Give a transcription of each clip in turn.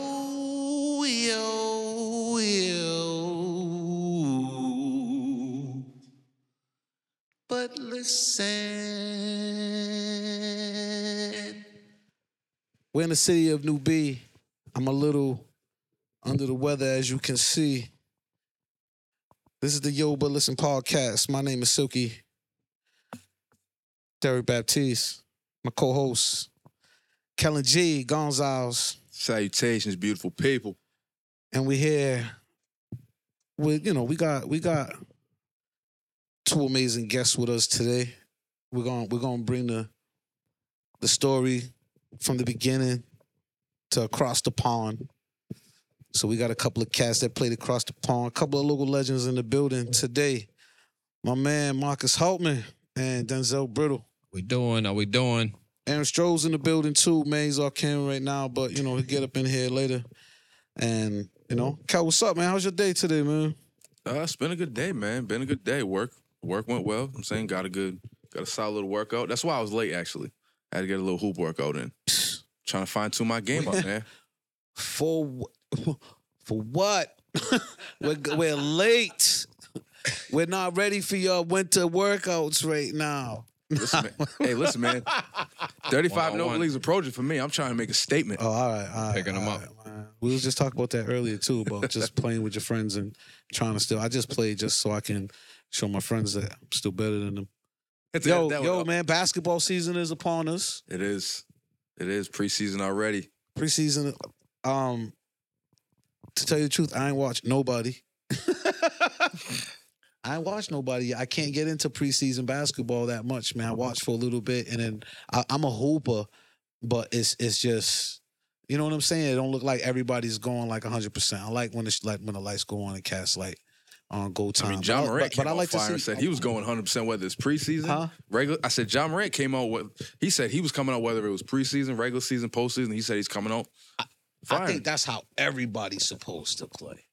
Yo, yo, yo. But listen. We're in the city of New B. I'm a little under the weather, as you can see. This is the Yo But Listen podcast. My name is Silky Derek Baptiste. My co host, Kellen G. Gonzalez. Salutations, beautiful people. and we here with you know we got we got two amazing guests with us today we're going to we're going to bring the the story from the beginning to across the pond so we got a couple of cats that played across the pond a couple of local legends in the building today my man marcus holtman and denzel brittle We doing? Are we doing? Aaron Stroh's in the building too. Man, he's off camera right now, but you know he'll get up in here later. And you know, Cal, what's up, man? How's your day today, man? Uh, it's been a good day, man. Been a good day. Work work went well. I'm saying got a good, got a solid little workout. That's why I was late actually. I had to get a little hoop workout in. Trying to fine tune my game up, man. For wh- for what? we're g- we're late. We're not ready for your winter workouts right now. Listen, man. Hey, listen, man. 35 and over One-on-one. leagues approaching for me. I'm trying to make a statement. Oh, all right, all right. Picking 'em all right, man. We was just talking about that earlier too, about just playing with your friends and trying to still. I just played just so I can show my friends that I'm still better than them. That's- Yo, that was- yo, man, basketball season is upon us. It is. It is preseason already. preseason. Um, to tell you the truth, I ain't watched nobody. I ain't watched nobody. I can't get into preseason basketball that much, man. I watched for a little bit, and then I, I'm a hooper, but it's it's just. You know what I'm saying? It don't look like everybody's going like 100. percent I like when it's like when the lights go on and cast light on go time. I mean, John Uh, But- Morant but, came but I out like to fire see. and said he was going 100 percent whether it's preseason, Huh? regular. I said John Morant came out. With, he said he was coming out whether it was preseason, regular season, postseason. He said he's coming out. I firing. think that's how everybody's supposed to play.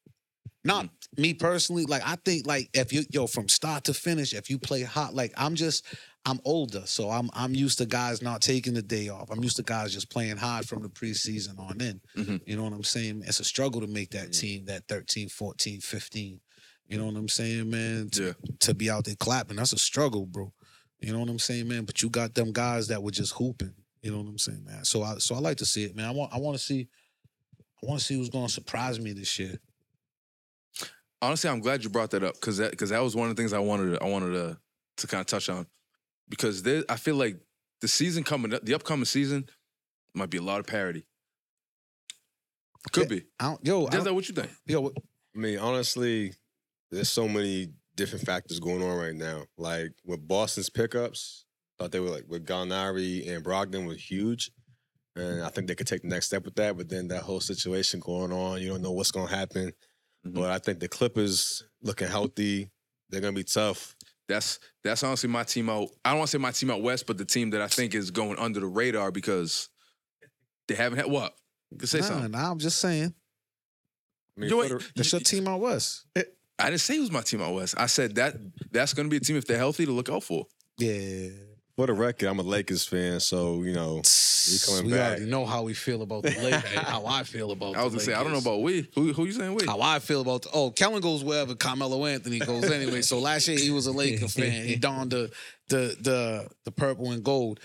Not me personally. Like I think like if you yo from start to finish, if you play hot, like I'm just I'm older, so I'm I'm used to guys not taking the day off. I'm used to guys just playing hard from the preseason on in. Mhm. You know what I'm saying? It's a struggle to make that team that 13, 14, 15. You know what I'm saying, man? To, Yeah. to be out there clapping, that's a struggle, bro. You know what I'm saying, man? But you got them guys that were just hooping. You know what I'm saying, man? So I so I like to see it, man. I want I want to see I want to see who's going to surprise me this year. honestly, I'm glad you brought that up because that because that was one of the things I wanted to, I wanted to to kind of touch on because there, I feel like the season coming up, the upcoming season might be a lot of parity. Could be. I don't, yo, I Denzel, don't, what you think? yo, what- I mean, honestly, there's so many different factors going on right now. Like with Boston's pickups, thought they were like with Gallinari and Brogdon was huge. And I think they could take the next step with that. But then that whole situation going on, you don't know what's gonna happen. Mm-hmm. Mhm. But I think the Clippers looking healthy, they're gonna be tough. That's that's honestly my team out. I don't want to say my team out west, but the team that I think is going under the radar because they haven't had what. You Can say nah, something. nah, I'm just saying I mean, You ain't- Fedor- that's your team out west. I didn't say it was my team out west. I said that that's going to be a team if they're healthy to look out for. Yeah, for the record, I'm a Lakers fan, so you know we coming already back. know how we feel about the Lakers. how I feel about. I was the gonna say I don't know Lakers. about we. Who who you saying we? How I feel about the, oh Kellen goes wherever Carmelo Anthony goes anyway. So last year he was a Laker fan. He donned the the the the purple and gold.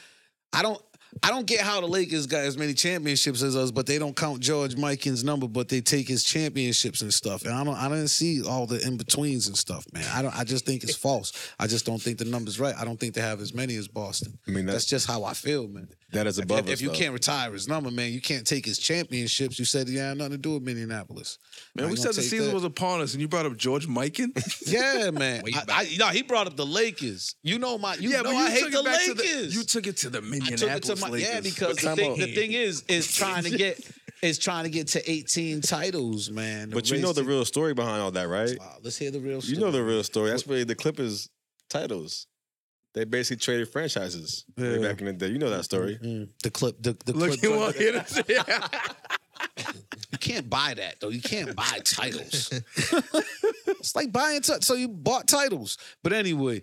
I don't I don't get how the Lakers got as many championships as us, but they don't count George Mikan's number, but they take his championships and stuff. And I don't I didn't see all the in betweens and stuff, man. I don't I just think it's false. I just don't think the numbers right. I don't think they have as many as Boston. I mean That's that's just how I feel, man. that is above if, us. if you though. can't retire his number, man, you can't take his championships. You said he had nothing to do with Minneapolis. Man, Now, we you said gonna the take season that? was upon us, and you brought up George Mikan. Yeah, man. Way I, back. I, no, he brought up the Lakers. You know my. You know but I hate took the it back to Lakers. you took it to the I Minneapolis took it to my. Lakers. Yeah, because the time thing, out. the thing is, is trying to get is trying to get to eighteen titles, man. but you know race the to- real story behind all that, right? Wow, let's hear the real. You know the real story. That's where the Clippers titles. They basically traded franchises way Yeah. back in the day. You know that story. Mm, the clip. The, the look, clip. you want here to You can't buy that though. You can't buy titles. it's like buying. T- so you bought titles, but anyway.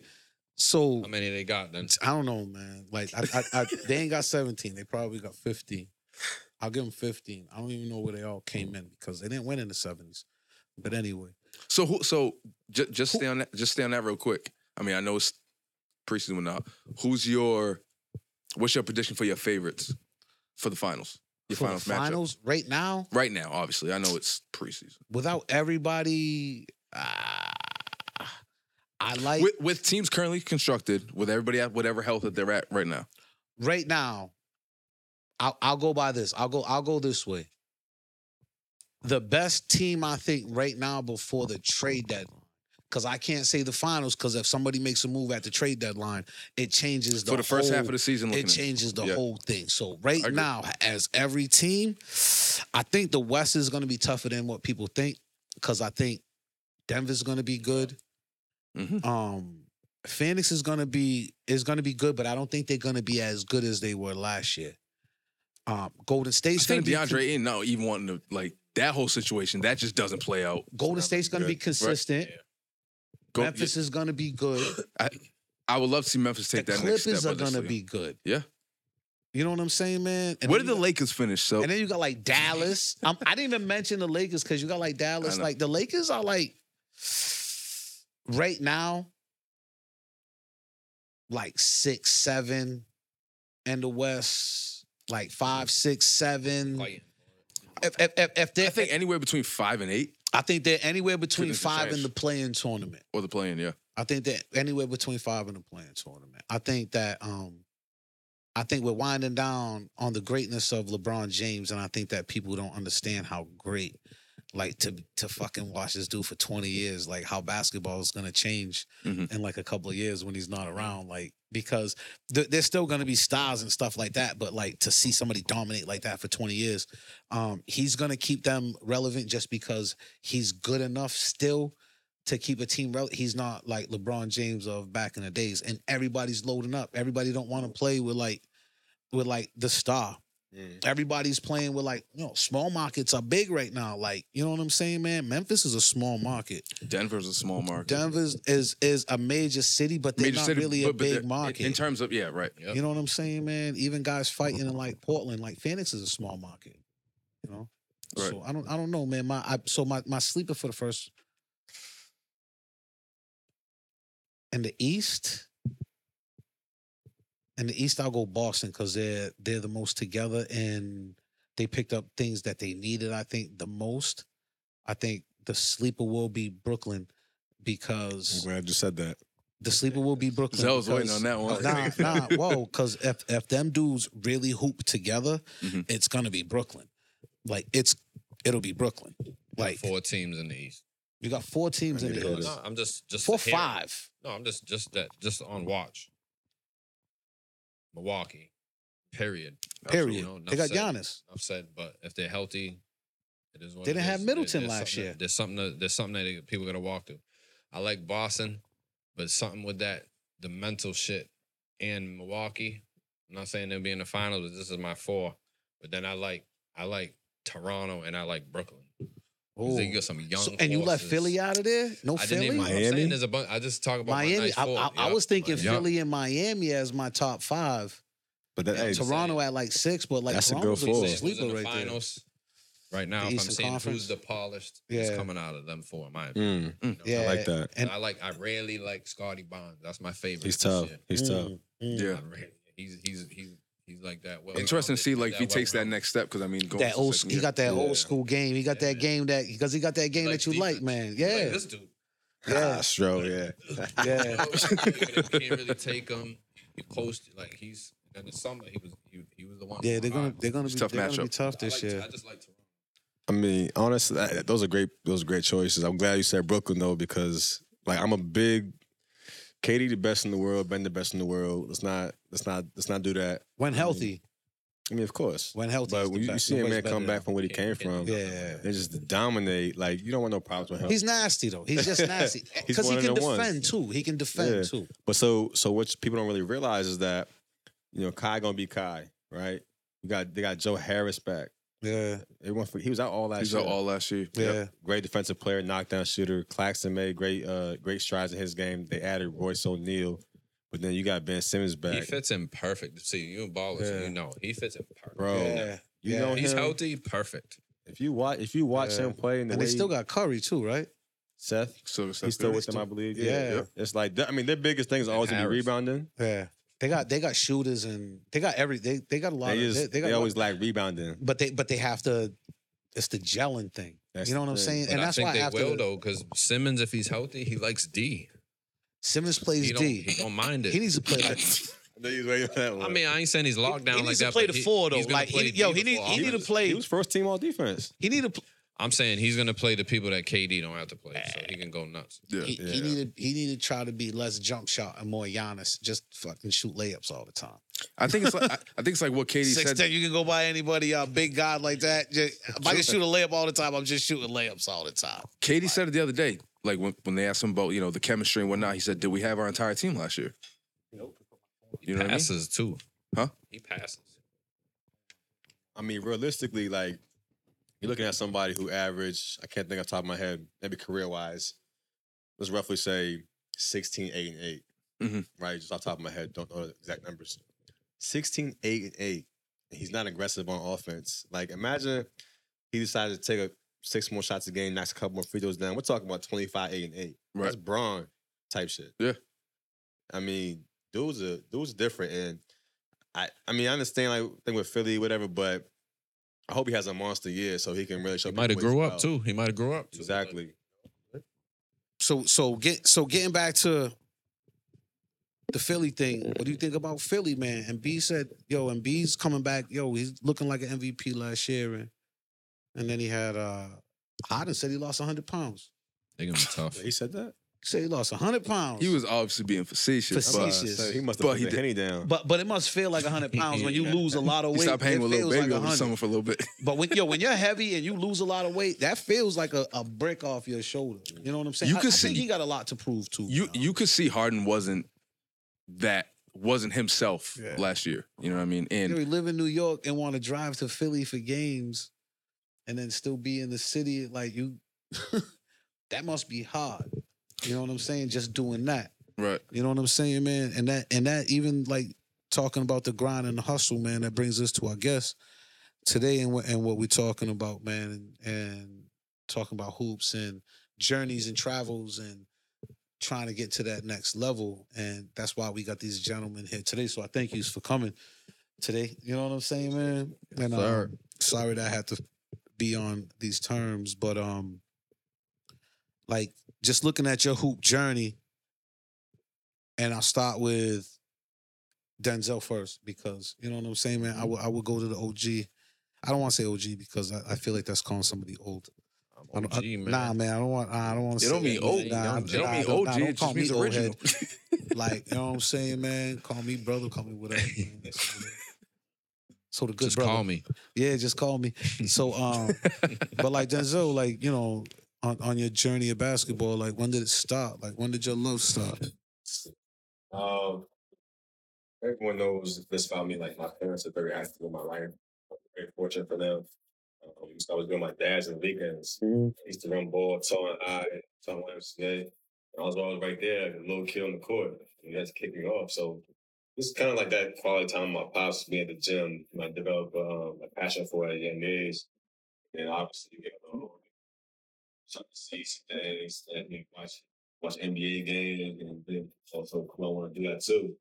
So How many they got then? I don't know, man. Like I, I, I they ain't got 17. They probably got 15. I'll give them 15. I don't even know where they all came in because they didn't win in the 70s. But anyway, So who? So j- just stay on that. Just stay on that real quick. I mean, I know it's preseason and out. Who's your? What's your prediction for your favorites for the finals? Your for the finals, matchup finals right now, right now. Obviously, I know it's preseason without everybody, ah, I like with, with teams currently constructed with everybody at whatever health that they're at right now. right now. I'll, I'll go by this. I'll go. I'll go this way. The best team I think right now before the trade deadline, because I can't say the finals. Because if somebody makes a move at the trade deadline, it changes the for the first half whole- of the season, it looking at, changes the Yeah. whole thing. So right agree. now, as every team, I think the West is going to be tougher than what people think because I think Denver's going to be good. Mhm. Um, Phoenix is going to be is going to be good, but I don't think they're going to be as good as they were last year. Um, Golden I State's going think to be DeAndre Ayton now even wanting to like that whole situation that just doesn't play out. Golden State's going to be Good. consistent. Yeah. Go, Memphis is going to be good. I would love to see Memphis the take that next Clippers step. are going to honestly. be good. Yeah. You know what I'm saying, man? And Where then did you the Lakers finish? So And then you got like Dallas. Um, I didn't even mention the Lakers because you got like Dallas. I know. Like the Lakers are like right now, like six, seven in the West, like five, six, seven. If, if, if, if they, Oh, I think anywhere between five and eight I think they're anywhere between Goodness, it's five trash. and the playing tournament. or the playing. Yeah. I think that anywhere between five and a playing tournament. I think that um I think we're winding down on the greatness of LeBron James, and I think that people don't understand how great, like to to fucking watch this dude for twenty years, like how basketball is gonna change Mhm. in like a couple of years when he's not around, like because th- there's still gonna be stars and stuff like that, but like to see somebody dominate like that for twenty years, um, he's gonna keep them relevant just because he's good enough still to keep a team relevant. He's not like LeBron James of back in the days, and everybody's loading up. Everybody don't want to play with like with like the star. Mm. Everybody's playing with like you know small markets are big right now. Like you know what I'm saying, man. Memphis is a small market. Denver's a small market. Denver's is is a major city, but they're Major not city, really a but- but big they're- market. In terms of yeah, right. you know what I'm saying, man. Even guys fighting in like Portland, like Phoenix is a small market. You know, Right. so I don't I don't know, man. My I, so my my sleeper for the first in the East. In the East, I'll go Boston because they're they're the most together and they picked up things that they needed. I think the most. I think the sleeper will be Brooklyn because I'm glad you said that. the sleeper will be Brooklyn. Zell was waiting because- on that one. Nah, nah, whoa, because if if them dudes really hoop together, Mm-hmm. Mhm. it's gonna be Brooklyn. Like it's it'll be Brooklyn. Like four teams in the East. you got four teams I in need the to go East. No, I'm just just Four here. five. No, I'm just just that just on watch. Milwaukee, period. Period. You know, enough they got said. Giannis. I've said, but if they're healthy, it is what They it didn't have is. Middleton there's last something- year. There's something. That, there's something that people got to walk through. I like Boston, but something with that the mental shit in Milwaukee. I'm not saying they'll be in the finals, but this is my four. But then I like I like Toronto and I like Brooklyn. 'Cause They Ooh. got some young. So- and you left horses. Philly out of there? No I didn't Philly? even. I'm Miami? saying there's a bunch. I just talk about my Miami. nice I, four. I, I Yup. was thinking Yup. Philly and Miami as my top five. But that, hey, Toronto at like six, but like That's a Toronto's good like four. a Who's in sleeper the right there. finals. Right now, The if I'm Eastern saying Conference. who's the polished, Yeah. it's coming out of them four. In my opinion. mm, You know, Yeah. I like that. And I like. I really like Scotty Bonds. That's my favorite. He's this tough. year. He's tough. Mm, mm. Yeah. I really- he's he's he's he's like that. Well, Interesting to see like if he takes that next step because I mean going That to old, second he year. got that Yeah. old school game. He got that Yeah. game that because he got that game Like that you defense. like, man. Yeah, Yeah, this dude. yeah, Gosh, bro, Ah, yeah. You yeah. know, you can't really take him. He posted like he's in the summer. He was he, he was the Oh one. Yeah, they're gonna I they're gonna It's be a tough they're gonna be matchup. tough this like, year. I just like Toronto. I mean, honestly, that, those are great. Those are great choices. I'm glad you said Brooklyn though, because like I'm a big Katie, the best in the world, Ben, the best in the world. Let's not, let's not, let's not do that. When healthy, I mean, of course, when healthy. but is the when you, you best. see a man Nobody's come better back from where he came from, than him. Yeah, they just dominate. Like you don't want no problems with him. he's nasty though. He's just nasty He's because he one of can them ones. defend too. He can defend Yeah. too. But so so what people don't really realize is that you know Kai gonna be Kai, right? We got they got Joe Harris back. Yeah, Everyone for- he was out all last He's year. out all last year. yeah. great defensive player, knockdown shooter. Claxton made great uh great strides in his game. They added Royce O'Neal, but then you got Ben Simmons He back. fits in perfect. See, you and ballers, Yeah. you know, he fits in perfect. Bro. You yeah. You Yeah. know He's him. healthy, perfect. If you watch, if you watch Yeah. him play, and the And way they still he- got Curry too, right? Seth. So it's He's still like- with them, I believe. Yeah. Yep. It's like I mean, their biggest thing is And always to be Harris. rebounding. Yeah. They got they got shooters and they got every they, they got a lot They of just they, they, they got a lot- always lack rebounding. but they but they have to it's the gelling thing. That's you know the what I'm thing. saying? But and I that's think why they after will though, because Simmons, if he's healthy, he likes D. Simmons He plays don't, D. he don't mind it. He needs to play like I know he's waiting for that I mean, I ain't saying he's locked down he like needs that. to play but the he- four though. he's gonna Like play he, D yo, he need before he need to offense. play. he was first team all defense. he need to pl- I'm saying he's gonna play the people that KD don't have to play, so he can go nuts. Yeah. he, he Yeah. need to he need to try to be less jump shot and more Giannis, just fucking shoot layups all the time. I think it's like I, I think it's like what Katie Six said. ten, you can go by anybody, uh, big god like that. Just, if I can shoot a layup all the time, I'm just shooting layups all the time. Katie said it the other day. Like when, when they asked him about you know the chemistry and whatnot, he said, "Did we have our entire team last year?" You know what I mean? passes too. Huh? He passes. I mean, realistically, like you're looking at somebody who averaged, I can't think off the top of my head, maybe career wise, let's roughly say 16, 8, and 8. Mm-hmm. Mhm. Right? Just off the top of my head, don't know the exact numbers. 16, 8, and 8. And he's not aggressive on offense. Like, imagine he decided to take a six more shots a game, knocks a couple more free throws down. We're talking about 25, 8, and 8. That's Right. Braun type shit. Yeah. I mean, dudes are dudes different. And I I mean, I understand like thing with Philly, whatever, but I hope he has a monster year so he can really show He might have people what grew he's up about. too. He might have grew up too. Exactly. So so get so getting back to the Philly thing. What do you think about Philly, man? And B said, "Yo, and B's coming back. Yo, he's looking like an MVP last year." And and then he had uh Harden said he lost 100 pounds. They're gonna be tough. He said that? He said he lost 100 pounds. He was obviously being facetious. But I Facetious. But Jesus. said he must But have put he the did- henny down. but but it must feel like 100 pounds when you lose a lot of he weight. stopped hanging It with little feels baby like over the 100. summer for a little bit. But when yo, when you're heavy and you lose a lot of weight, that feels like a, a brick off your shoulder. You know what I'm saying? You I, could I think see- he got a lot to prove too. You you could see Harden wasn't that wasn't himself Yeah. last year. You know what I mean? know, And you live in New York and want to drive to Philly for games, and then still be in the city like you. that must be hard. You know what I'm saying? Just doing that. right, You know what I'm saying, man? And that and that even like talking about the grind and the hustle, man, that brings us to our guest today and what and what we're talking about, man, and, and talking about hoops and journeys and travels and trying to get to that next level. And that's why we got these gentlemen here today. So I thank yous for coming today. You know what I'm saying, man? And sir. um, sorry that I had to be on these terms, but um like just looking at your hoop journey, and I'll start with Denzel first because you know what I'm saying, man. Mm-hmm. I would I would go to the OG. I don't want to say OG because I, I feel like that's calling somebody old. I I'm don't- OG, I- man. Nah, man, I don't want. I don't want to. it don't say mean that, old. man. Nah, it don't nah, mean don't- OG. nah, it don't call just means me old head. original. Like you know what I'm saying, man. Call me brother. Call me whatever. Man. So the good Just brother. call me. Yeah, just call me. So, um, but like Denzel, like you know, on, on your journey of basketball, like when did it stop? Like when did your love stop? Um, everyone knows this about me. Like my parents are very active in my life. I'm very fortunate for them. Um, so I was doing my dad's and weekends. Mm-hmm. I used to run ball, Tom and I, Tom YMCA. And I was always right there, the little kid on the court. And that's kicked me off. So it's kind of like that quality time my pops me at the gym. And I developed um, a passion for it at a young age. And obviously, you know, starting to see some things that me watching watch NBA games and then also cool. I want to do that too.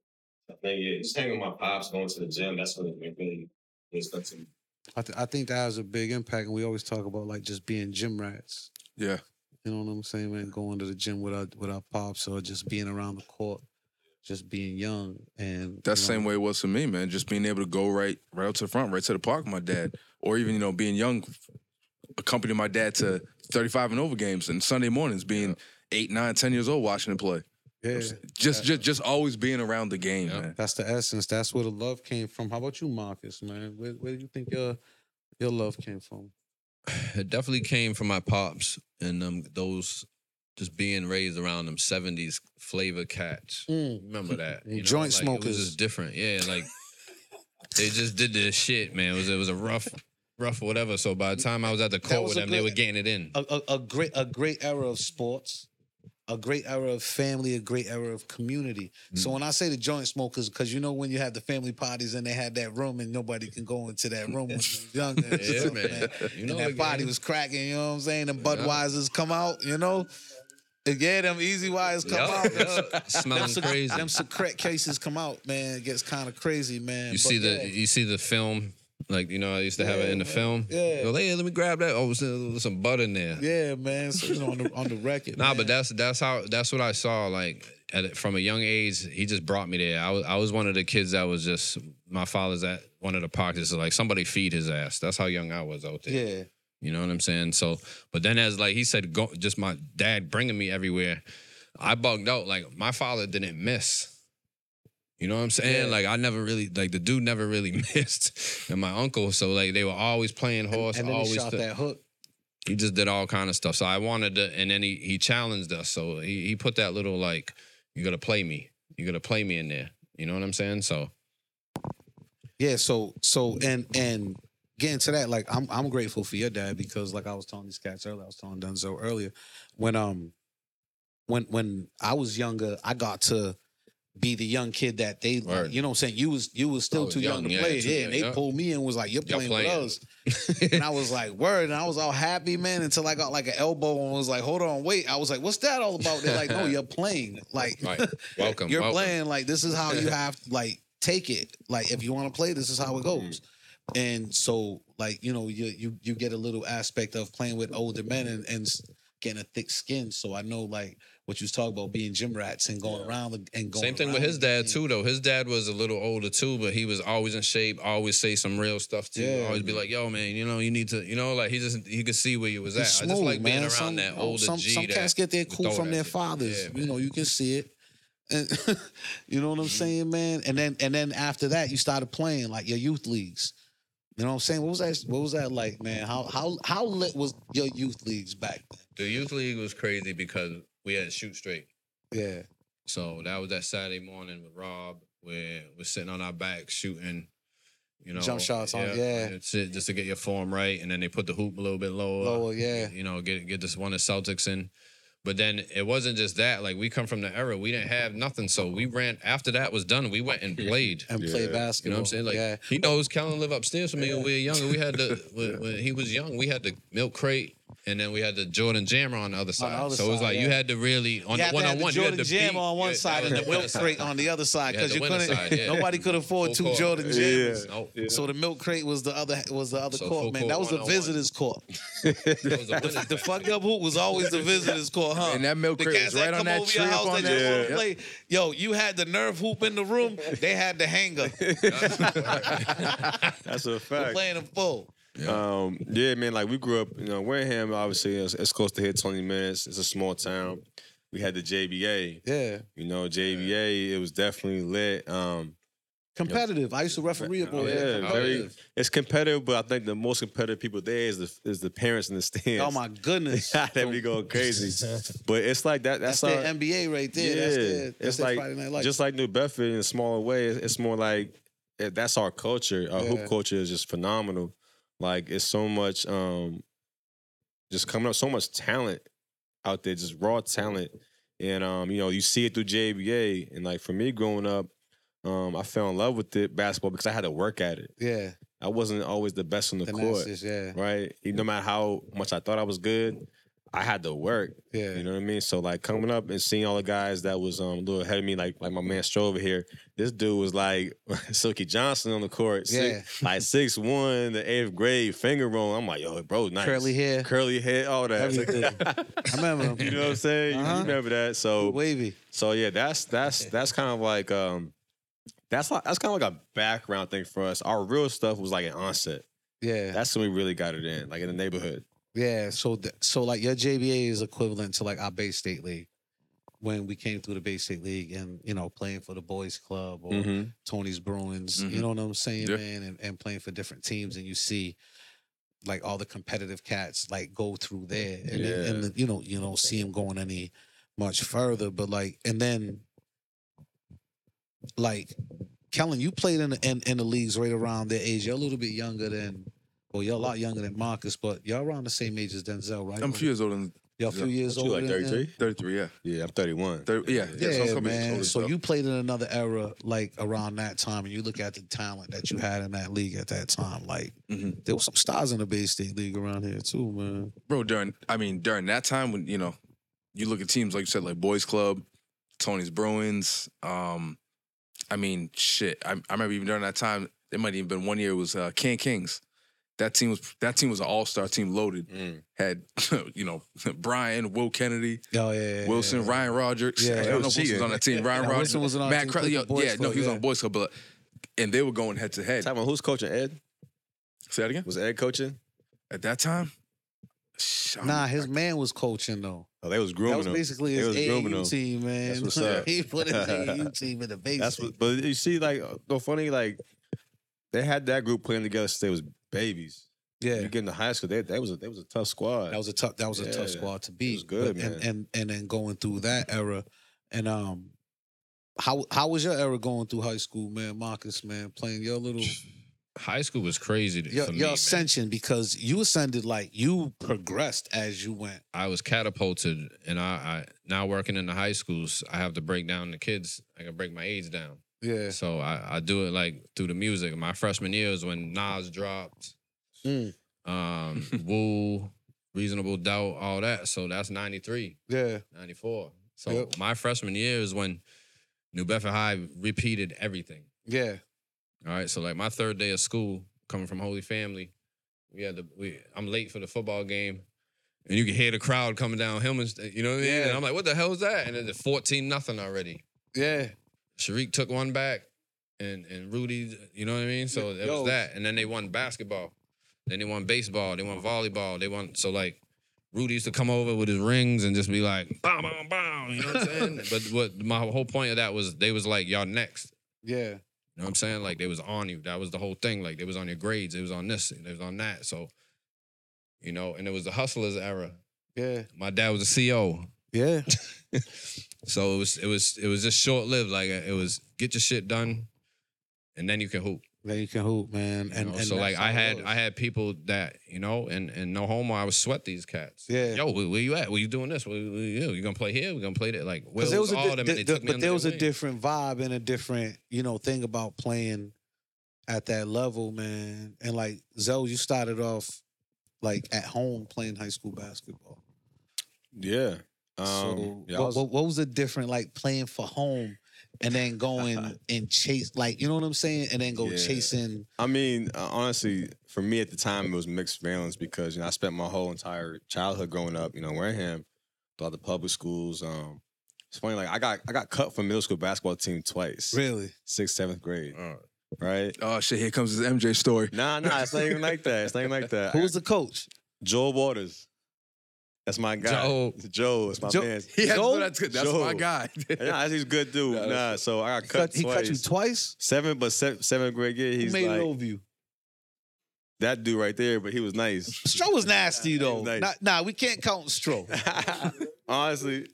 I think yeah, just hanging with my pops, going to the gym. That's what it really is stuck to me. I, th- I think that has a big impact, and we always talk about like just being gym rats. Yeah, You know what I'm saying, man? Going to the gym with our with our pops, or just being around the court, just being young, and that's the you know, same way it was for me, man. Just being able to go right right out to the front, right to the park, with my dad, or even you know being young, accompanying my dad to thirty five and over games and Sunday mornings, being eight, nine, ten years old, watching him play. Yeah, Just just just always being around the game, Yeah. man. that's the essence. That's where the love came from. How about you, Marcus, man? Where, where do you think your your love came from? It definitely came from my pops and um those just being raised around them seventies flavor cats. Remember that you know, Joint like, It smokers. was just different. Yeah, like they just did this shit, man. It was it was a rough, rough whatever. So by the time I was at the court was with a them, they good- were getting it in. A, a, a great a great era of sports, a great era of family, a great era of community. So Mm. when I say the joint smokers, because you know when you have the family parties and they had that room and nobody can go into that room when you was younger. and Yeah, stuff, man. man. You know and that the body game. was cracking, you know what I'm saying? And Budweiser's come out, you know? Yeah, them easy wires come out. Them, Yup, yup. Smelling crazy. them secret cases come out, man. It gets kind of crazy, man. You But see the yeah. you see the film, like you know I used to have it in the film. Yeah. Go, hey, let me grab that. Oh, some, some butter in there. Yeah, man. So, you know, on the on the record. Nah, man. but that's that's how that's what I saw. Like at, from a young age, he just brought me there. I was I was one of the kids that was just my father's at one of the pockets. So like somebody feed his ass. That's how young I was out there. yeah, You know what I'm saying? So, but then as like he said, go, just my dad bringing me everywhere. I bugged out. Like my father didn't miss. You know what I'm saying? Yeah. Like I never really like the dude never really missed, and my uncle. So like they were always playing horse. and then always he shot th- that hook. he just did all kind of stuff. So I wanted to, and then he he challenged us. So he he put that little like, you gotta play me, you gotta play me in there. You know what I'm saying? So Yeah, so so and and getting to that, like I'm I'm grateful for your dad because like I was telling these cats earlier, I was telling Dunzo earlier, when um when when I was younger, I got to be the young kid that they like, Word. you know what I'm saying? You was you was still was too young, young, to yeah, play. too Yeah, young, and they yeah. pulled me and was like, You're Y'all playing, playing. with us. and I was like, word, and I was all happy, man, until I got like an elbow and was like, Hold on, wait. I was like, What's that all about? They're like, No, you're playing. Like right, welcome. you're welcome. playing like this is how you have like take it like if you want to play this is how it Mm-hmm. goes and so like you know you you, you get a little aspect of playing with older men and, and s- getting a thick skin so i know like what you was talking about being gym rats and going around the- and going Same thing with around his the dad game. too, though. His dad was a little older too, but he was always in shape. Always say some real stuff too. Yeah. Always be like, "Yo, man, you know, you need to, you know, like he just he could see where you was at." He's I just like being around Some- um, oh, that older some, G. Some that cats get their would cool throw from that their shit. fathers. Yeah, Mm-hmm. you know, you can see it. And you know what I'm saying, man. And then and then after that, you started playing like your youth leagues. You know what I'm saying? What was that? What was that like, man? How how how lit was your youth leagues back The youth league was crazy because we had shoot straight. then? So that was that Saturday morning with Rob, where we're sitting on our back shooting, you know, Jump shots on- yeah. it's it, just to get your form right, and then they put the hoop a little bit Yeah, lower, lower, yeah, you know, get get this one of Celtics in. But then it wasn't just that. Like we come from the era, we didn't have nothing, so we ran. After that was done, we went and played. and play Yeah. basketball. You know what I'm saying? Like yeah, he knows Kellen live upstairs from me when we were younger. We had the when, Yeah. when he was young, we had the milk crate. And then we had the Jordan Jammer on the other side, other so it was side, like you yeah. had to really on You the had to one have on the one. You had Jordan to Jam beat- on one yeah, side that and was the milk crate on the other side You had because the you winning couldn't. side, yeah. Nobody could afford Full two court. Jordan Yeah. Jams. Nope. Yeah. So the milk crate was the other was the other So full court, man. court, that was the one-on-one. visitors' court. That was a winner's The back fuck then. up hoop was always the visitors' court, huh? And that milk the crate cats was right that on come that over your tree up house, on they that- just wanna Yeah. play. Yo, you had the nerve hoop in the room. They had the hanger. That's a We're fact. playing in full. Um, yeah, man. Like we grew up, you know, Wareham. Obviously, it's, it's close to here, twenty minutes. It's a small town. We had the JBA. Yeah, You know, JBA. It was definitely lit. Um, competitive. I used to referee a oh, boy. yeah, yeah. very. It's competitive, but I think the most competitive people there is the is the parents in the stands. Oh my goodness, they be going crazy. but it's like that. that's That's, their our- NBA right there. that's their, that's it's their like Friday Night Lights. just like New Bedford in a smaller way. It's, it's more like eh, that's our culture. Our Yeah. hoop culture is just phenomenal. Like it's so much, um just coming up, so much talent out there, just raw talent. And um, you know, you see it through JBA. And like for me growing up, um, I fell in love with it basketball because I had to work at it. yeah, I wasn't always the best on the the court, Nasties, yeah, right? Even no matter how much I thought I was good, I had to work. yeah. You know what I mean? So like coming up and seeing all the guys that was um, a little ahead of me, like like my man Stro over here. This dude was like Silky Johnson on the court, six, like six one, the eighth grade finger roll. I'm like, yo, bro, nice Curly hair, curly head, all everything. that. I remember you them. know what I'm saying? You- Uh-huh. You remember that? So Wavy. so yeah, that's that's that's kind of like um, that's like that's kind of like a background thing for us. Our real stuff was like an onset. Yeah, That's when we really got it in, like in the neighborhood. Yeah, so th- so like your JBA is equivalent to like our Bay State League when we came through the Bay State League and you know playing for the Boys Club Mm-hmm. or Tony's Bruins, you Mhm. know what I'm saying, Yeah. man, and, and playing for different teams and you see like all the competitive cats like go through there and, then, and Yeah. then, you know you don't see them going any much further, but like and then like Kellen, you played in the, in, in the leagues right around their age. You're a little bit younger than, well, you're a lot younger than Marcus, but you're around the same age as Denzel, right? I'm a few years older than Y'all a few years You older. like than him? 33? 33, yeah. Yeah, I'm 31. Thir- yeah, yeah. so I'm Yeah, coming man. older, So so- you played in another era, like around that time, and you look at the talent that you had in that league at that time. Like Mhm. there was some stars in the Bay State League around here too, man. bro, during, I mean, during that time when, you know, you look at teams, like you said, like Boys Club, Tony's Bruins. Um, I mean, shit. I, I remember even during that time, it might even been one year, it was uh, Can Kings. That team was that team was an all star team loaded. Mm. Had you know Brian, Will Kennedy, Oh yeah, Wilson, Ryan Roderick. Yeah, I that don't know was if Wilson was cheating. on that team. Ryan Yeah, Roderick, Wilson was on our Matt team, Crowley. Clifford Boys yeah, no, Club, he was yeah. on Boys Club, but and they were going head to head. Time on who's coaching Ed? Say that again. Was Ed coaching? At that time, sh- I Nah, don't- his man was coaching though. Oh, they was That grooming was him. basically They his was grooming AAU him. team, man. That's what's up. he put his AAU team in the Bay That's State. what, but you see, like, so funny, like, they had that group playing together since they was babies. yeah, You get into high school, they, that was a, that was a tough squad. That was a tough. That was a tough Yeah. squad to beat. was But- good, man. And, and and then going through that era, and um, how how was your era going through high school, man? Marcus, man, playing your little High school was crazy to, your, for me. your man. ascension because you ascended like you progressed as you went. I was catapulted, and I, I now working in the high schools. I have to break down the kids. I can break my age down. Yeah. So I, I do it like through the music. My freshman year is when Nas dropped, Mm. um, Woo, Reasonable Doubt, all that. So that's 93, Yeah. 94. So Yep. my freshman year is when New Bedford High repeated everything. Yeah. All right. So like my third day of school, coming from Holy Family, we had the we I'm late for the football game. And you can hear the crowd coming down him and st- you know what I mean? Yeah. And I'm like, what the hell is that? And it's 14 nothing already. Yeah. Sharik took one back and and Rudy, you know what I mean? So it Yo. was that. And then they won basketball. Then they won baseball. They won volleyball. They won so like Rudy used to come over with his rings and just be like, bow, bow, bow. You know what I'm saying? but what my whole point of that was they was like, y'all next. Yeah. You know what I'm saying? Like they was on you. That was the whole thing. Like they was on your grades. It was on this. It was on that. So, you know, and it was the hustlers era. Yeah. My dad was a CO. Yeah. So it was it was it was just short lived. Like it was get your shit done, and then you can hoop. Then you can hoop, man. you And, know? and so like that's how I it had was. I had people that you know and and no homo I would sweat these cats. Yeah. Yo, where, where you at? Where you doing this? Where, where you? You gonna play here? We gonna play there? Like where Because there was a all di- them? di- and they di- took me but under there their was a wing. different vibe and a different you know thing about playing at that level, man. And like Zoe, you started off like at home playing high school basketball. yeah. Um, so yeah, I what, was- what, what was the different like playing for home and then going and chase like you know what I'm saying and then go Yeah. chasing I mean, uh, honestly, for me at the time, it was mixed feelings because you know I spent my whole entire childhood growing up, you know, in Wareham, throughout the public schools. Um, it's funny, like I got I got cut from middle school basketball team twice, really sixth, seventh grade, Uh, right? Oh shit! Here comes his MJ story. Nah, nah, it's not even like that. It's not even like that. who was the coach? Joel Waters? That's my guy. Joe. Joe, it's my Joe- man. He had Joe? no, that's good. That's Joe. my guy. Nah, he's a good dude. Nah, Nah, so I got He cut cut, twice. he cut you twice. seventh, but se- seventh grade year, Who he's made like it over you? that dude right there. But he was nice. Stro was nasty though. Nice. Nah, nah, we can't count Stro. Honestly,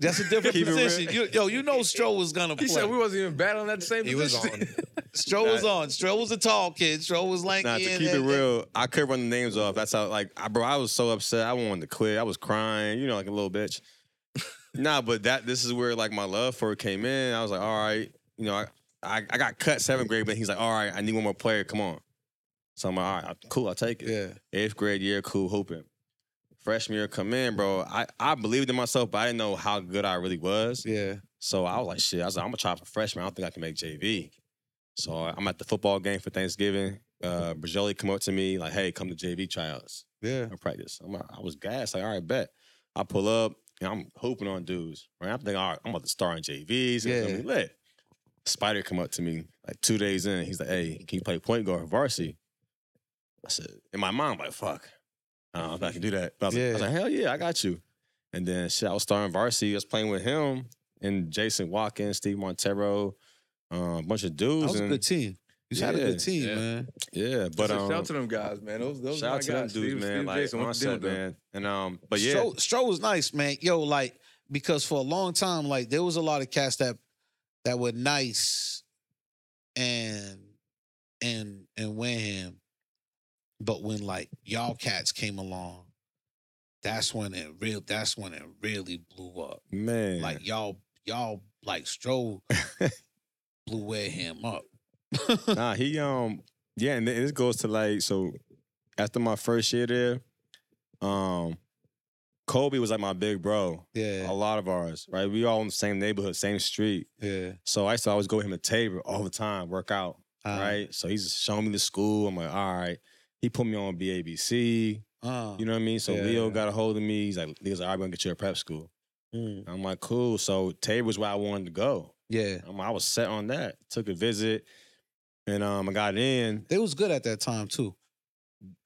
That's a different Keep it real. position. You, yo, you know Stro was gonna play. he said we wasn't even battling at the same. He was position. Stro was on. Stro was a tall kid. Stro was lanky. Nah, to and- keep it and- real, I could run the names off. That's how, like, I, bro, I was so upset. I wanted to quit. I was crying, you know, like a little bitch. nah, but that this is where like my love for it came in. I was like, all right, you know, I I, I got cut seventh grade, but he's like, all right, I need one more player. Come on. So I'm like, all right, I- cool, I'll take it. Yeah. Eighth grade year, cool, hooping. Freshman year, come in, bro. I, I believed in myself, but I didn't know how good I really was. Yeah. So I was like, shit, I was like, I'm gonna try for freshman. I don't think I can make JV. So I'm at the football game for Thanksgiving. Uh Brajoli come up to me, like, hey, come to JV tryouts Yeah. and practice. I'm like, I was gassed, like, all right, bet. I pull up and I'm hooping on dudes. Right. I'm thinking, all right, I'm about to start in JVs. Yeah. Yeah. Gonna be lit. Spider come up to me like two days in. He's like, hey, can you play point guard varsity? I said, in my mind, I'm like, fuck. I don't know if I can do that. But I was, like, I was Yeah. like, hell yeah, I got you. And then shit, I was starting varsity. I was playing with him and Jason Watkins, Steve Montero, um, a bunch of That dudes. was a and, good team. You had a Yeah. good team, Yeah. man. Yeah, but So um, shout out to them guys, man. Those, those are shout out my to them guys. dudes, Steve- man. Steve like, Jason, on what to do set, with them? man. And um, but yeah, Stro, Stro was nice, man. Yo, like because for a long time, like there was a lot of cats that that were nice and and and Wareham, but when like y'all cats came along, that's when it real that's when it really blew up. Man. Like y'all y'all like Stroh blew Wareham up. nah, he um yeah, and th- this goes to like so after my first year there, um Kobe was like my big bro. A yeah, lot of ours, right? We all in the same neighborhood, same street. yeah. So I used to always go with him to Tabor all the time, work out. Uh, right? So he's showing me the school. I'm like, all right. He put me on BABC. Uh, You know what I mean? So Yeah. Leo got a hold of me. He's like, Leo's like, all right, I'm gonna get you a prep school. mm, I'm like, cool. So Tabor was where I wanted to go. yeah. I'm, Um, I was set on that. Took a visit, and um, I got in They was good at that time too.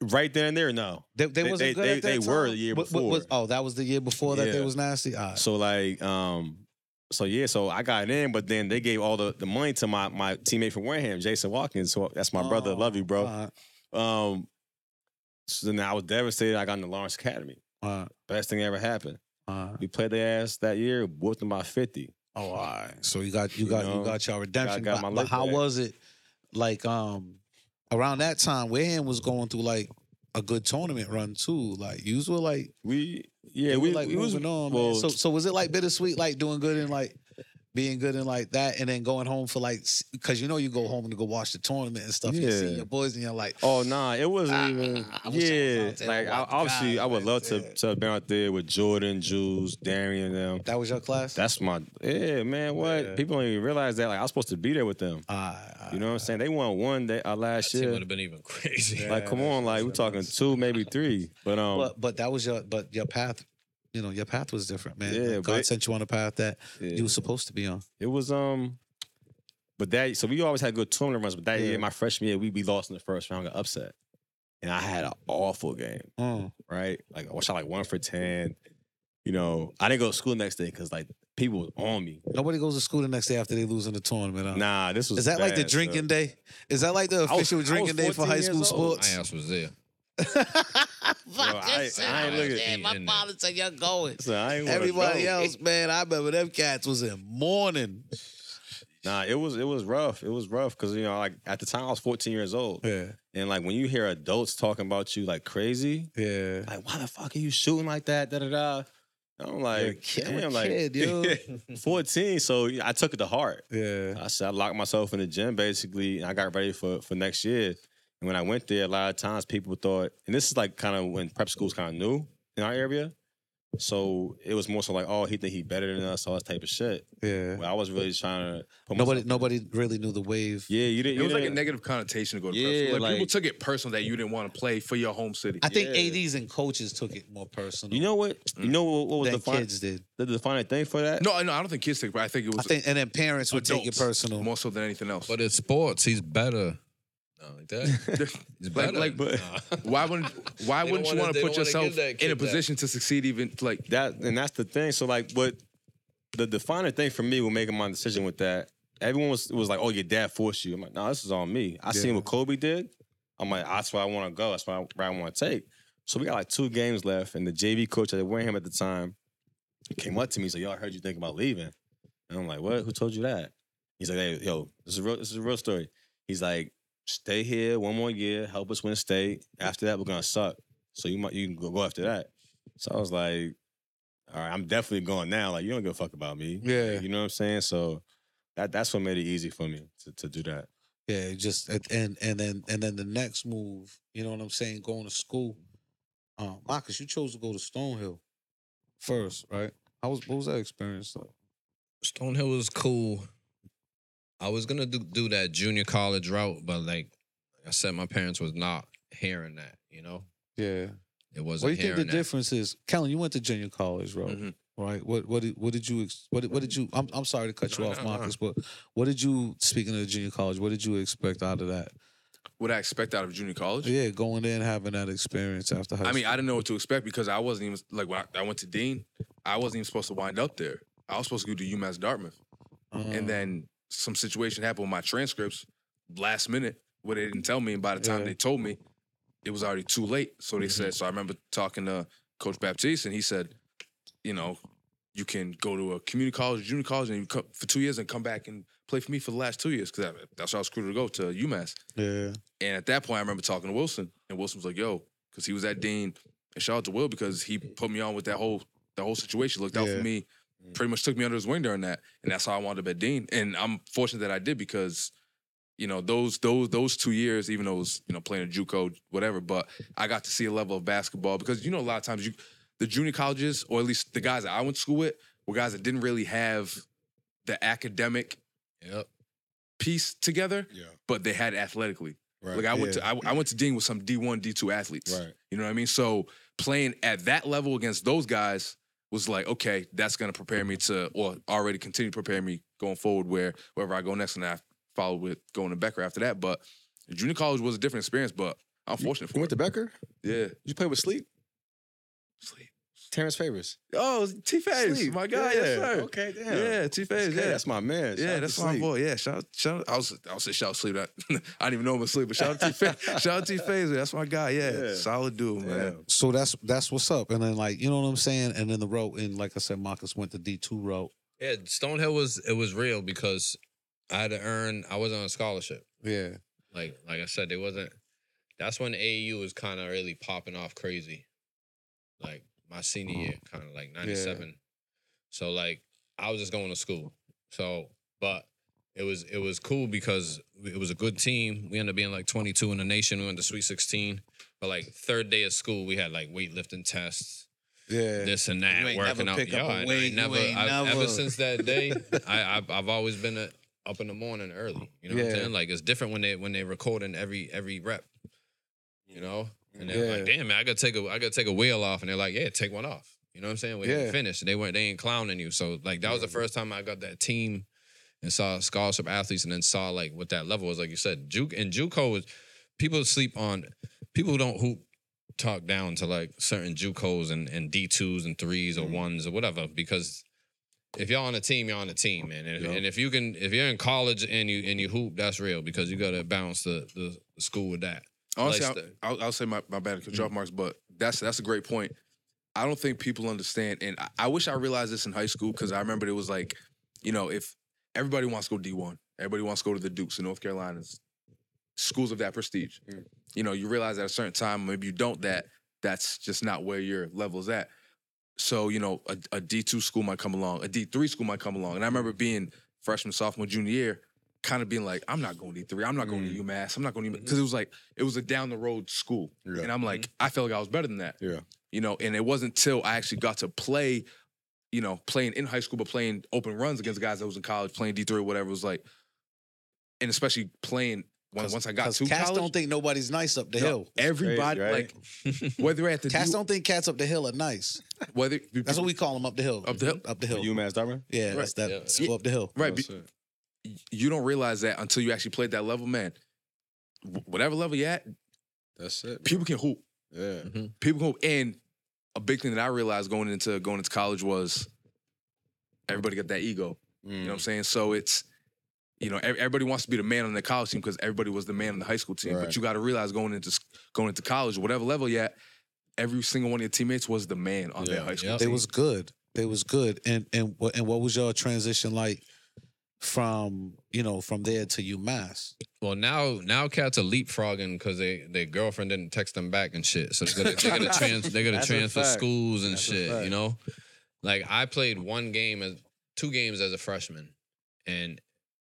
right then and there. No, They, they, They- wasn't they- good they- at that they were time? the year What- what before. was- oh, that was the year before that they Yeah. was nasty. All right. so like, um, so yeah, so I got in, but then they gave all the, the money to my my teammate from Wareham, Jason Watkins. So that's my brother. Oh, Love you, bro. all right, Um, so then I was devastated. I got into Lawrence Academy. all right, Best thing ever happened. all right. We played their ass that year, whooped them by fifty. Oh, all right. So you got you You got you, know, got your redemption. got but my but lick how back. was it? Like um, around that time, Wareham was going through like a good tournament run too. Like you were like We yeah, you we were, like we was moving on. well- man. So so was it like bittersweet, like doing good and like being good and like that, and then going home for like because you know you go home to go watch the tournament and stuff. You see Yeah. your boys and you're like, Oh nah, it wasn't Ah, even. I wish I yeah, was out there. like I, Wow, obviously, God, I would man, love to yeah. to have been out there with Jordan, Jules, Darian, them. that was your class. That's my yeah, man. What Yeah. people don't even realize that like I was supposed to be there with them. Ah, You know what I'm saying? They won one day uh, last That team would year. have been even crazy. Like come on, like we're talking two, maybe three. But um, but but that was your but your path, you know, your path was different, man. Yeah, Like, God but- sent you on a path that yeah, you were supposed to be on. it was um. But that so we always had good tournament runs. But that Yeah. year, my freshman year, we we lost in the first round, got upset, and I had an awful game. Mm. right? Like I shot like one for ten. You know, I didn't go to school the next day because like people was on me. Nobody goes to school the next day after they lose in the tournament. huh? Nah, this Uh, was Is that like the bad, drinking son. day? Is that like the was- official I was drinking day for 14 high years school old. My sports? ass was there. Yo, I, I ain't looking. Yeah, my father said you're going. Son, I ain't wanna Everybody go. else, man, I remember them cats was in mourning. Nah, it was it was rough. It was rough because you know, like at the time I was 14 years old, Yeah, and like when you hear adults talking about you like crazy, yeah. like why the fuck are you shooting like that? Da da da. I'm You're a like, kid, damn, you're a like kid, dude. 14. So yeah, I took it to heart. yeah. I said I locked myself in the gym basically, and I got ready for for next year. And when I went there, a lot of times people thought, and this is like kind of when prep school's kind of new in our area, so it was more so like, oh, he think he better than us, all that type of shit. Yeah. Well, I was really trying to put Nobody, myself- nobody really knew the wave. Yeah, you didn't. It you was like a didn't- negative connotation to go to Yeah, prep school. Like, people like- took it personal that you didn't want to play for your home city. I think Yeah. ads and coaches took it more personal. You know what? You know what, what was than the, fin- kids did. the defining thing for that? no, no, I don't think kids took it, but I think it I was think, and then parents would take it adults personal. more so than anything else. But in sports, he's better. No, like that. He's better. like, but- Nah. why wouldn't Why They don't wouldn't wanna- you want they to put don't wanna yourself give that kid in a that. position to succeed? Even like that and that's the thing. So like, what the defining thing for me when making my decision with that, everyone was was like, "Oh, your dad forced you." I'm like, "No, this is on me." I Yeah. seen what Kobe did. I'm like, "That's where I want to go. That's where I, where I want to take." So we got like two games left, and the JV coach at Wareham at the time came up to me. He's like, "Yo, I heard you thinking about leaving," and I'm like, "What? Who told you that?" He's like, "Hey, yo, this is real. This is a real story." He's like, "Stay here one more year. Help us win state. After that, we're gonna suck. So you might you can go, go after that." So I was like, "All right, I'm definitely going now. Like you don't give a fuck about me." Yeah, You know what I'm saying? So that that's what made it easy for me to, to do that. yeah. Just at- and and then and then the next move. You know what I'm saying? Going to school. Um, Marcus, you chose to go to Stonehill first, right? How was what was that experience like? Stonehill was cool. I was gonna do, do that junior college route, but like I said, my parents was not hearing that. You know, Yeah. it wasn't. What do you think hearing that. the difference is, Kellen? You went to junior college, bro. Mhm. Right? What what did, what did you ex- what did, what did you? I'm I'm sorry to cut you No, off, no, no. Marcus, but what did you? Speaking of junior college, what did you expect out of that? what I expect out of junior college. Yeah, going in having that experience after high. I mean, school. I didn't know what to expect because I wasn't even like when I, I went to Dean, I wasn't even supposed to wind up there. I was supposed to go to UMass Dartmouth, Um, and then some situation happened with my transcripts last minute where they didn't tell me, and by the time Yeah. they told me, it was already too late. So they Mhm. said. So I remember talking to Coach Baptiste, and he said, you know, you can go to a community college, junior college, and you come for two years and come back and play for me for the last two years because that's where I was recruited to go to UMass. Uh, yeah, And at that point, I remember talking to Wilson, and Wilson was like, "Yo," because he was at Dean. And shout out to Will because he put me on with that whole the whole situation. Looked out Yeah. for me. Pretty much took me under his wing during that, and that's how I wound up at Dean. And I'm fortunate that I did because, you know, those those those two years, even though it was you know playing a JUCO whatever, but I got to see a level of basketball because you know a lot of times you the junior colleges or at least the guys that I went to school with were guys that didn't really have the academic Yep. piece together, Yeah. but they had it athletically. Right. Like I went to I, I went to Dean with some D one D two athletes. right. You know what I mean? So playing at that level against those guys was like, okay, that's gonna prepare me to or already continue to prepare me going forward where wherever I go next and I follow with going to Becker after that. But junior college was a different experience, but I'm fortunate You for went to Becker? it. Yeah. You played with Sleep? Sleep. Terrence Favors. Oh, T Faze. Sleep. My guy, yes, sir. Okay, damn. Yeah, T Faze, Okay, yeah. That's my man. Shout out yeah, to that's my Sleep. boy. Yeah, shout, shout. I was, I was say shout out sleep. I, I didn't even know him was sleep, but shout out T. Fa- shout out T. Phaser. That's my guy. Yeah, Yeah. solid dude, man. Damn. So that's that's what's up. And then like you know what I'm saying. And then the route, and like I said, Marcus went the D two route. Yeah, Stonehill was it was real because I had to earn. I wasn't on a scholarship. Yeah, Like like I said, there wasn't. That's when AAU was kind of really popping off crazy. Like my senior year, kind of like '97. So like I was just going to school. So but it was it was cool because it was a good team. We ended up being like 22 in the nation. We went to Sweet 16. But like third day of school, we had like weightlifting tests yeah. this and that, You ain't working never out. pick up Yo, a I- I weight, you never, ain't I- ever never- since that day, I, I've, I've always been a, up in the morning early. You know what I'm Yeah. saying? Like it's different when they when they recording every every rep. You know, and they're like, Yeah. "Damn, man, I gotta take a I gotta take a wheel off," and they're like, "Yeah, take one off." You know what I'm saying? We Yeah. haven't finished. They weren't they ain't clowning you. So like that was the first time I got that team and saw scholarship athletes, and then saw like what that level was. Like you said, Juke and JUCO was people sleep on people who don't hoop talk down to like certain JUCOs and, and D twos and threes Mm-hmm. or ones or whatever because if y'all on a team, y'all on a team, man. And, Yeah. and if you can, if you're in college and you and you hoop, that's real because you got to balance the, the the school with that. Honestly, Like I- the- I'll, I'll say my, my bad to cut you off, Marks, but that's that's a great point. I don't think people understand, and I, I wish I realized this in high school because I remember it was like, you know, if everybody wants to go D one, everybody wants to go to the Dukes in North Carolina's schools of that prestige. Mm. You know, you realize at a certain time, maybe you don't that that's just not where your level is at. So you know, a, a D two school might come along, a D three school might come along, and I remember being freshman, sophomore, junior year, kind of being like, I'm not going to D three, I'm not going to UMass, I'm not going to because it was like it was a down the road school, Yeah. and I'm like, Mm-hmm. I felt like I was better than that. Yeah. you know, and it wasn't till I actually got to play, you know, playing in high school, but playing open runs against guys that was in college, playing D three or whatever. It was like, and especially playing. Once, once I got Because to cats college, don't think nobody's nice up the no, hill. everybody Crazy, like whether they're at the Cats D- don't think cats up the hill are nice. whether That's what we call them up the hill. Up the hill? Up the hill. UMass Dartmouth? yeah, Right. that's that. Yeah. Let's go up the hill. right. be- That's it. you don't realize that until you actually played that level, man. wh- Whatever level you're at, That's it. people can hoop. Yeah. People can hoop. And a big thing that I realized going into going into college was everybody got that ego. You Mm. know what I'm saying? So it's you know ev- everybody wants to be the man on the college team because everybody was the man on the high school team. Right. But you got to realize going into s- going into college, whatever level you're at, every single one of your teammates was the man on their Yeah. high school Yep. team. They was good. They was good. And and what and what was your transition like from you know from there to UMass? Well, now now cats are leapfrogging because they their girlfriend didn't text them back and shit. So they're gonna, they're gonna, trans, they're gonna That's a transfer fact. schools and That's a shit. fact. You know, like I played one game as two games as a freshman, and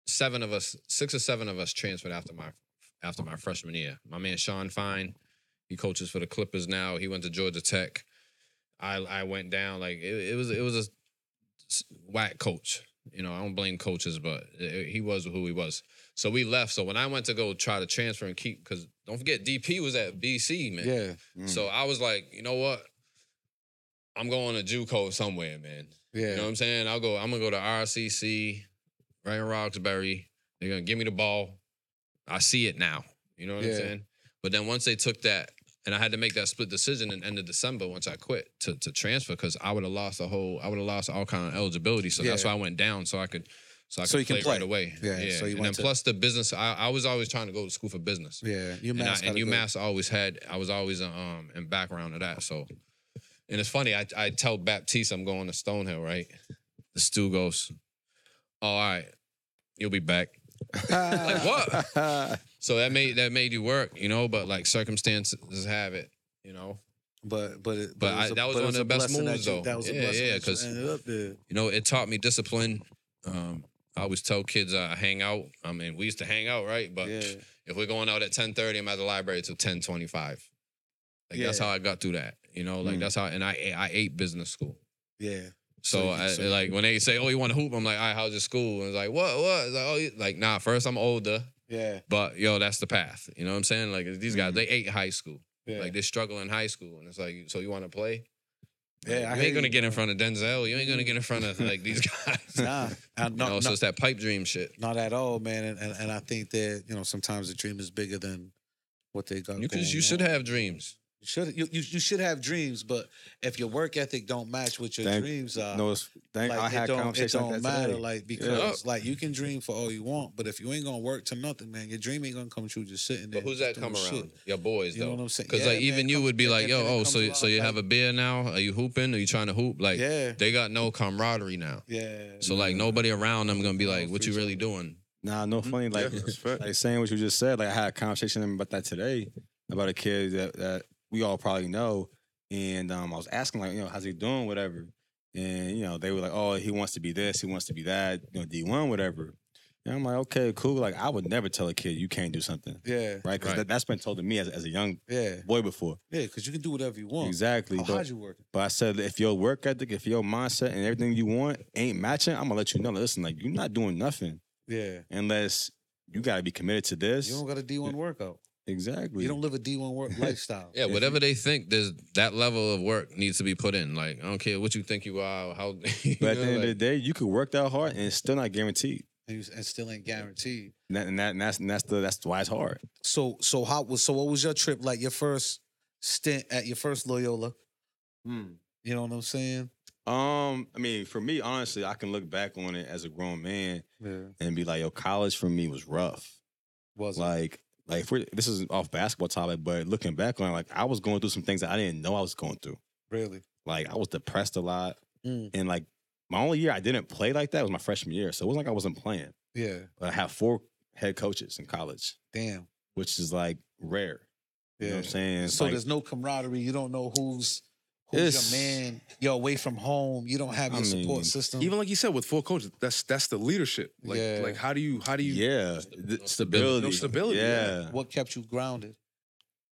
seven of us, six or seven of us transferred after my after my freshman year. My man Sean Fine, he coaches for the Clippers now. He went to Georgia Tech. I I went down like it, it was it was a s- whack coach. You know, I don't blame coaches, but i- he was who he was. So we left. So when I went to go try to transfer and keep, because don't forget DP was at BC, man. Yeah. Mm. So I was like, you know what? I'm going to JUCO somewhere, man. Yeah. You know what I'm saying? I'll go. I'm gonna go to RCC, right in Roxbury. They're gonna give me the ball. I see it now. You know what Yeah. I'm saying? But then once they took that, and I had to make that split decision in end of December once I quit to to transfer because I would have lost the whole. I would have lost all kind of eligibility. So that's Yeah. why I went down so I could. So I could So you can play, right play. away. Yeah, so you and then went to- plus the business. I, I was always trying to go to school for business. Yeah. And, I, UMass. and got a good- UMass always had. I was always um in background of that. So, and it's funny. I I tell Baptiste I'm going to Stonehill, right? The stew goes, oh, all right, you'll be back. Like what? so that made that made you work, you know. But like circumstances have it, you know. But but it, But it I- a- that was but it one of the best blessing that moves, you- though. That was Yeah, a blessing yeah, that you 'cause- ended up there. You know, it taught me discipline. Um, I always tell kids I hang out. I mean, we used to hang out, right? But Yeah. if we're going out at 10:30, I'm at the library till 10:25. Like that's Yeah. how I got through that. You know, like Mm. that's how. And I ate- I ate business school. Yeah. So, So you- I, so- like when they say, "Oh, you want to hoop?" I'm like, "All right, how's your school?" And it's like, "What? What?" It's like, "Oh, you-" like nah." First, I'm older, Yeah. but yo, that's the path. You know what I'm saying? Like these guys, they ate high school. Mm-hmm. Yeah. Like they struggle in high school, and it's like, so you want to play? Yeah, I you hear ain't gonna you. get in front of Denzel. You ain't gonna get in front of like these guys. nah. I, You no, know, no, so it's that pipe dream shit. not at all, man. And, and and I think that you know sometimes the dream is bigger than what they got. You going cause you should on. have dreams. You should you, you you should have dreams, but if your work ethic don't match what your Thank- dreams are, No, it's, thank, uh, like I it had don't it conversations don't like that matter. today. Like because like you can dream for all you want, but if you ain't gonna work to nothing, man, your dream ain't gonna come true just sitting there. But who's just that come doing shit. around? Your boys You know though. what I'm saying? Cause Yeah, like man, even it you comes- would be and- like, and yo, then it oh, so comes so you along, have a beer now? Are you hooping? Are you trying to hoop? Like yeah, they got no camaraderie now. yeah. So like nobody around them gonna be No, like, what for you really sure. doing? Nah, no Mm-hmm. funny. Like, Mm-hmm. yeah, that's fact. like saying what you just said. Like I had a conversation about that today about a kid that, that we all probably know, and um, I was asking like, you know, how's he doing, whatever, and you know, they were like, oh, he wants to be this, he wants to be that, you know, D one, whatever. And I'm like, okay, cool. Like I would never tell a kid you can't do something, Yeah, right? Because Right. that, that's been told to me as, as a young yeah, boy before. yeah. Because you can do whatever you want. Exactly. How but- hard you working? but I said, if your work ethic, if your mindset and everything you want ain't matching, I'm gonna let you know. Listen, like you're not doing nothing Yeah, unless you gotta be committed to you this. don't got a D1 workout. Exactly. You don't live a D1 work lifestyle. Yeah, whatever they think, there's that level of work needs to be put in. Like I don't care what you think you are, how. you but at the know, end uh, of the like- day, you could work that hard and it's still not guaranteed. and, you, and still ain't guaranteed. And that, and that- and that's and that's the that's why it's hard. So so how was so what was your trip like? Your first stint at your first Loyola. You know what I'm saying? Um, I mean, for me, honestly, I can look back on it as a grown man Yeah. and be like, yo, college for me was rough. Was it? Like, like if we're, this is off basketball topic, but looking back on it, like I was going through some things that I didn't know I was going through. really? Like I was depressed a lot. Mm. And like my only year I didn't play like that was my freshman year. So it wasn't like I wasn't playing. Yeah. But I had four head coaches in college, Damn. which is like rare. You Yeah. know what I'm saying? It's so like- there's no camaraderie. You don't know who's who's It's- your man. You're away from home. You don't have I your support mean, system. Even like you said with four coaches, that's that's the leadership. Like Yeah. like how do you how do you yeah, Stabi- th- no stability. stability. No stability, Yeah. yeah. What, what kept you grounded?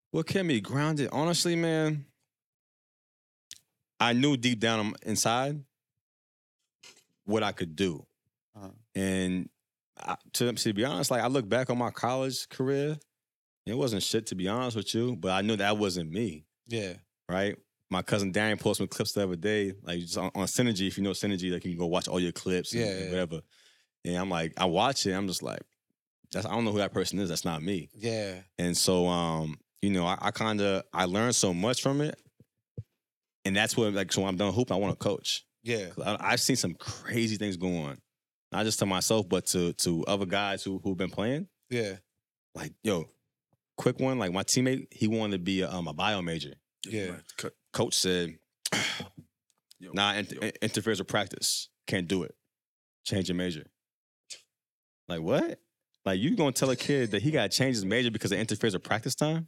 what kept me grounded? Honestly, man, I knew deep down in- inside what I could do, Uh-huh. and I, to to be honest, like I look back on my college career, and it wasn't shit to be honest with you, but I knew that wasn't me, Yeah. right? My cousin Darian posted some clips the other day, like just on, on Synergy. If you know Synergy, like you can go watch all your clips, and, Yeah, and yeah. whatever. And I'm like, I watch it, I'm just like, that's I don't know who that person is. That's not me. Yeah. And so, um, you know, I, I kind of I learned so much from it, and that's what like so when I'm done hooping, I want to coach. Yeah. 'Cause I, I've seen some crazy things go on, not just to myself, but to to other guys who who've been playing. Yeah. Like yo, quick one, like my teammate, he wanted to be a, um, a bio major. Yeah. Cut. Coach said, Yo, "Nah, it yo. it interferes with practice. Can't do it. Change your major." Like what? Like you gonna tell a kid that he got to change his major because it interferes with practice time?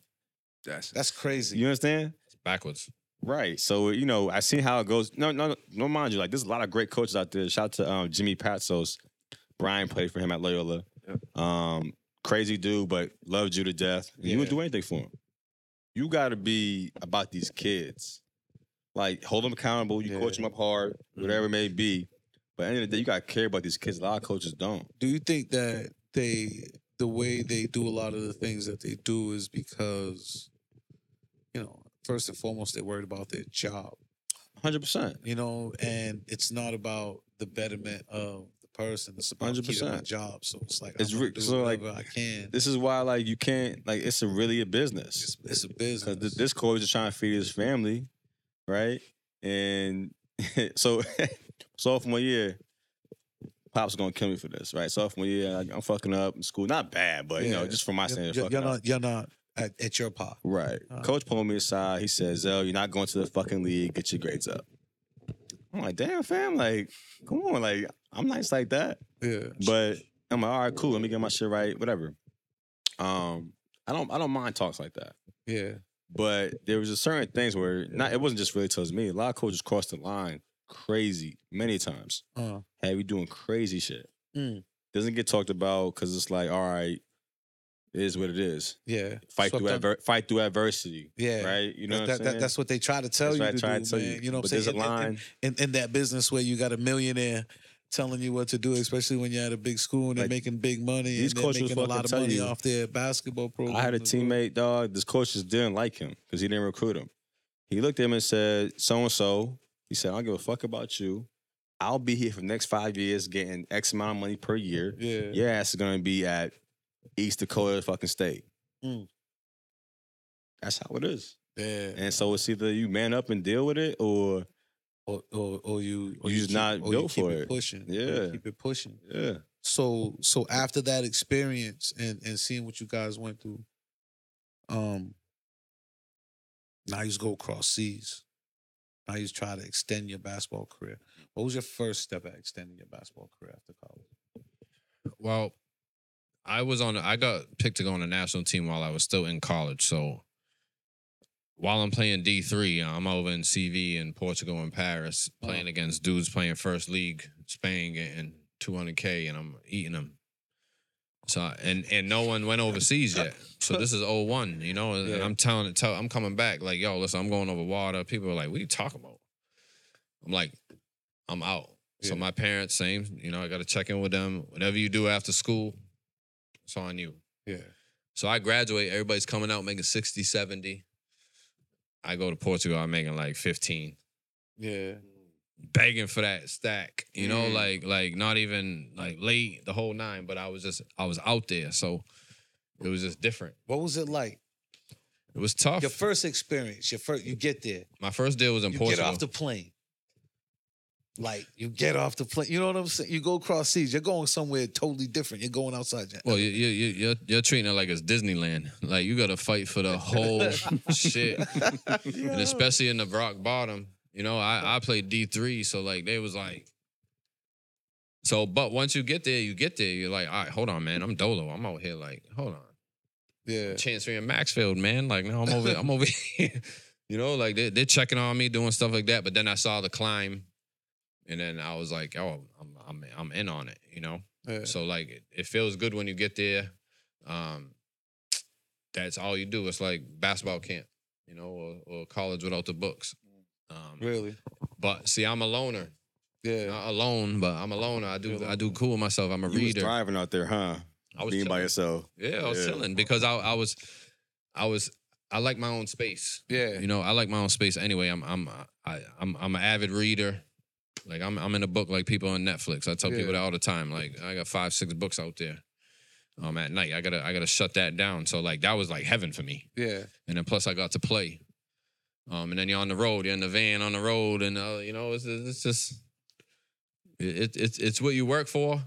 that's That's crazy. You understand? It's backwards. Right. So you know, I seen how it goes. No, no, no, no. Mind you, like there's a lot of great coaches out there. Shout out to um, Jimmy Patsos. Brian played for him at Loyola. Um, crazy dude, but loved you to death. And You would Yeah. do anything for him. You got to be about these kids. Like hold them accountable. You Yeah. Mm-hmm. coach them up hard, whatever it may be. But at the end of the day, you got to care about these kids. A lot of coaches don't. Do you think that they the way they do a lot of the things that they do is because you know, first and foremost they're worried about their job. Hundred percent. you know, and it's not about the betterment of the person. It's about keeping my 100%. job. So it's like It's I'm gonna re- do so, like, whatever I can. This is why, like, you can't. Like, it's a really a business. It's, it's a Because business. th- this coach is trying to feed his family, right? And so sophomore year, pops gonna kill me for this, right? Sophomore year, like, I'm fucking up in school. Not bad, but you know, Yeah. just for my you're, standards, you're- fucking you're up. not. You're not at, at your pop. Right. Uh. Coach pulled me aside. He says, "Zell, you're not going to the fucking league. Get your grades up." I'm like, "Damn, fam! Like, come on! Like, I'm nice like that." Yeah. But I'm like, "All right, cool. Let me get my shit right. Whatever." Um, I don't, I don't mind talks like that. Yeah. But there was just certain things where not it wasn't just really towards me. A lot of coaches crossed the line crazy many times. Uh, Have you doing crazy shit? Mm. Doesn't get talked about because it's like, all right, it is what it is. yeah. Fight Swept through up- adver- fight through adversity. Yeah. Right? You know that, what I'm that- saying? that's what they try to tell That's you what I to try do, to tell man. you. You. know what but I'm there's a saying? In- in- line. In, in, that business where you got a millionaire telling you what to do, especially when you're at a big school and they're Like, making big money these and they're coaches making a fucking lot of tell money you. off their basketball program. I had a as well. teammate, dog. This coach just didn't like him because he didn't recruit him. He looked at him and said, "So and so." He said, "I don't give a fuck about you. I'll be here for the next five years, getting X amount of money per year. Yeah. Your ass is gonna be at East Dakota fucking State." Mm. That's how it is. Yeah. And so it's either you man up and deal with it, or Or, or, or you, or You just keep- not or you built keep for it, it. pushing. Or you Yeah. keep it pushing. yeah, So so after that experience and and seeing what you guys went through, um, now you just go across seas. Now you just try to extend your basketball career. What was your first step at extending your basketball career after college? Well, I was on. I got picked to go on the national team while I was still in college. So while I'm playing D three, I'm over in CV in Portugal and Paris playing against dudes playing first league Spain getting 200k, and I'm eating them. So and and no one went overseas yet. So this is 01, you know. And Yeah. I'm telling tell I'm coming back like yo, listen, I'm going over water. People are like, what are you talking about? I'm like, I'm out. So Yeah. my parents, same, you know, I got to check in with them. Whatever you do after school, it's on you. Yeah. So I graduate, everybody's coming out making 60, 70. I go to Portugal, I'm making like 15. Yeah. Begging for that stack, you know, Mm. like like not even like late the whole nine, but I was just I was out there, so it was just different. What was it like? It was tough. Your first experience, your first you get there. my first deal was in you Portugal. get off the plane. Like you get off the plane. You know what I'm saying? You go across seas. You're going somewhere totally different. You're going outside. your- Well, you, you, you, you're, you're treating it like it's Disneyland. Like, you got to fight for the whole shit. And especially in the rock bottom, you know, I, I played D3, so, like, they was like, so, but once you get there, you get there. You're like, all right, hold on, man. I'm Dolo. I'm out here. Like, hold on. yeah. Chance me in Maxfield, man. Like now I'm over, I'm over here. You know, like they, they're checking on me, doing stuff like that. But then I saw the climb, and then I was like, oh, I'm, I'm, I'm in on it. You know. Yeah. So like, it, it feels good when you get there. Um, that's all you do. It's like basketball camp, you know, or, or college without the books. Um, Really. but see, I'm a loner. Yeah. Not alone, but I'm a loner. I do, I do cool with myself. I'm a you was reader. thriving out there, huh? I was Being by chilling. yourself. Yeah, I was Yeah. chilling because I, I was, I was, I like my own space. Yeah. You know, I like my own space anyway. I'm, I'm, I, I'm, I'm an avid reader. Like I'm, I'm in a book like people on Netflix. I tell Yeah. people that all the time. Like I got five, six books out there. Um, at night I gotta, I gotta shut that down. So like that was like heaven for me. Yeah. And then plus I got to play. Um, and then you're on the road. You're in the van on the road, and uh, you know it's, it's just, it, it, it's, it's what you work for.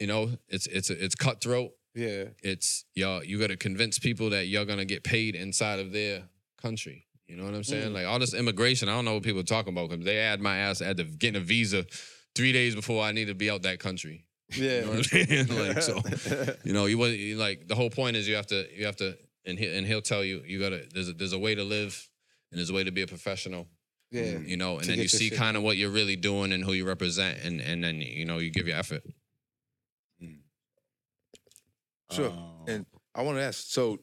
You know, it's, it's, it's cutthroat Yeah. it's y'all you got to convince people that you're gonna get paid inside of their country you know what i'm saying Mm. like all this immigration i don't know what people are talking about because they had my ass at the getting a visa three days before i need to be out that country you know Yeah. what i'm saying like so you know you was you like the whole point is you have to you have to and he and he'll tell you you gotta there's a, there's a way to live and there's a way to be a professional Yeah. you know and To then you get your see shit kind of what you're really doing and who you represent and and then you know you give your effort Sure. Um, And I want to ask. So,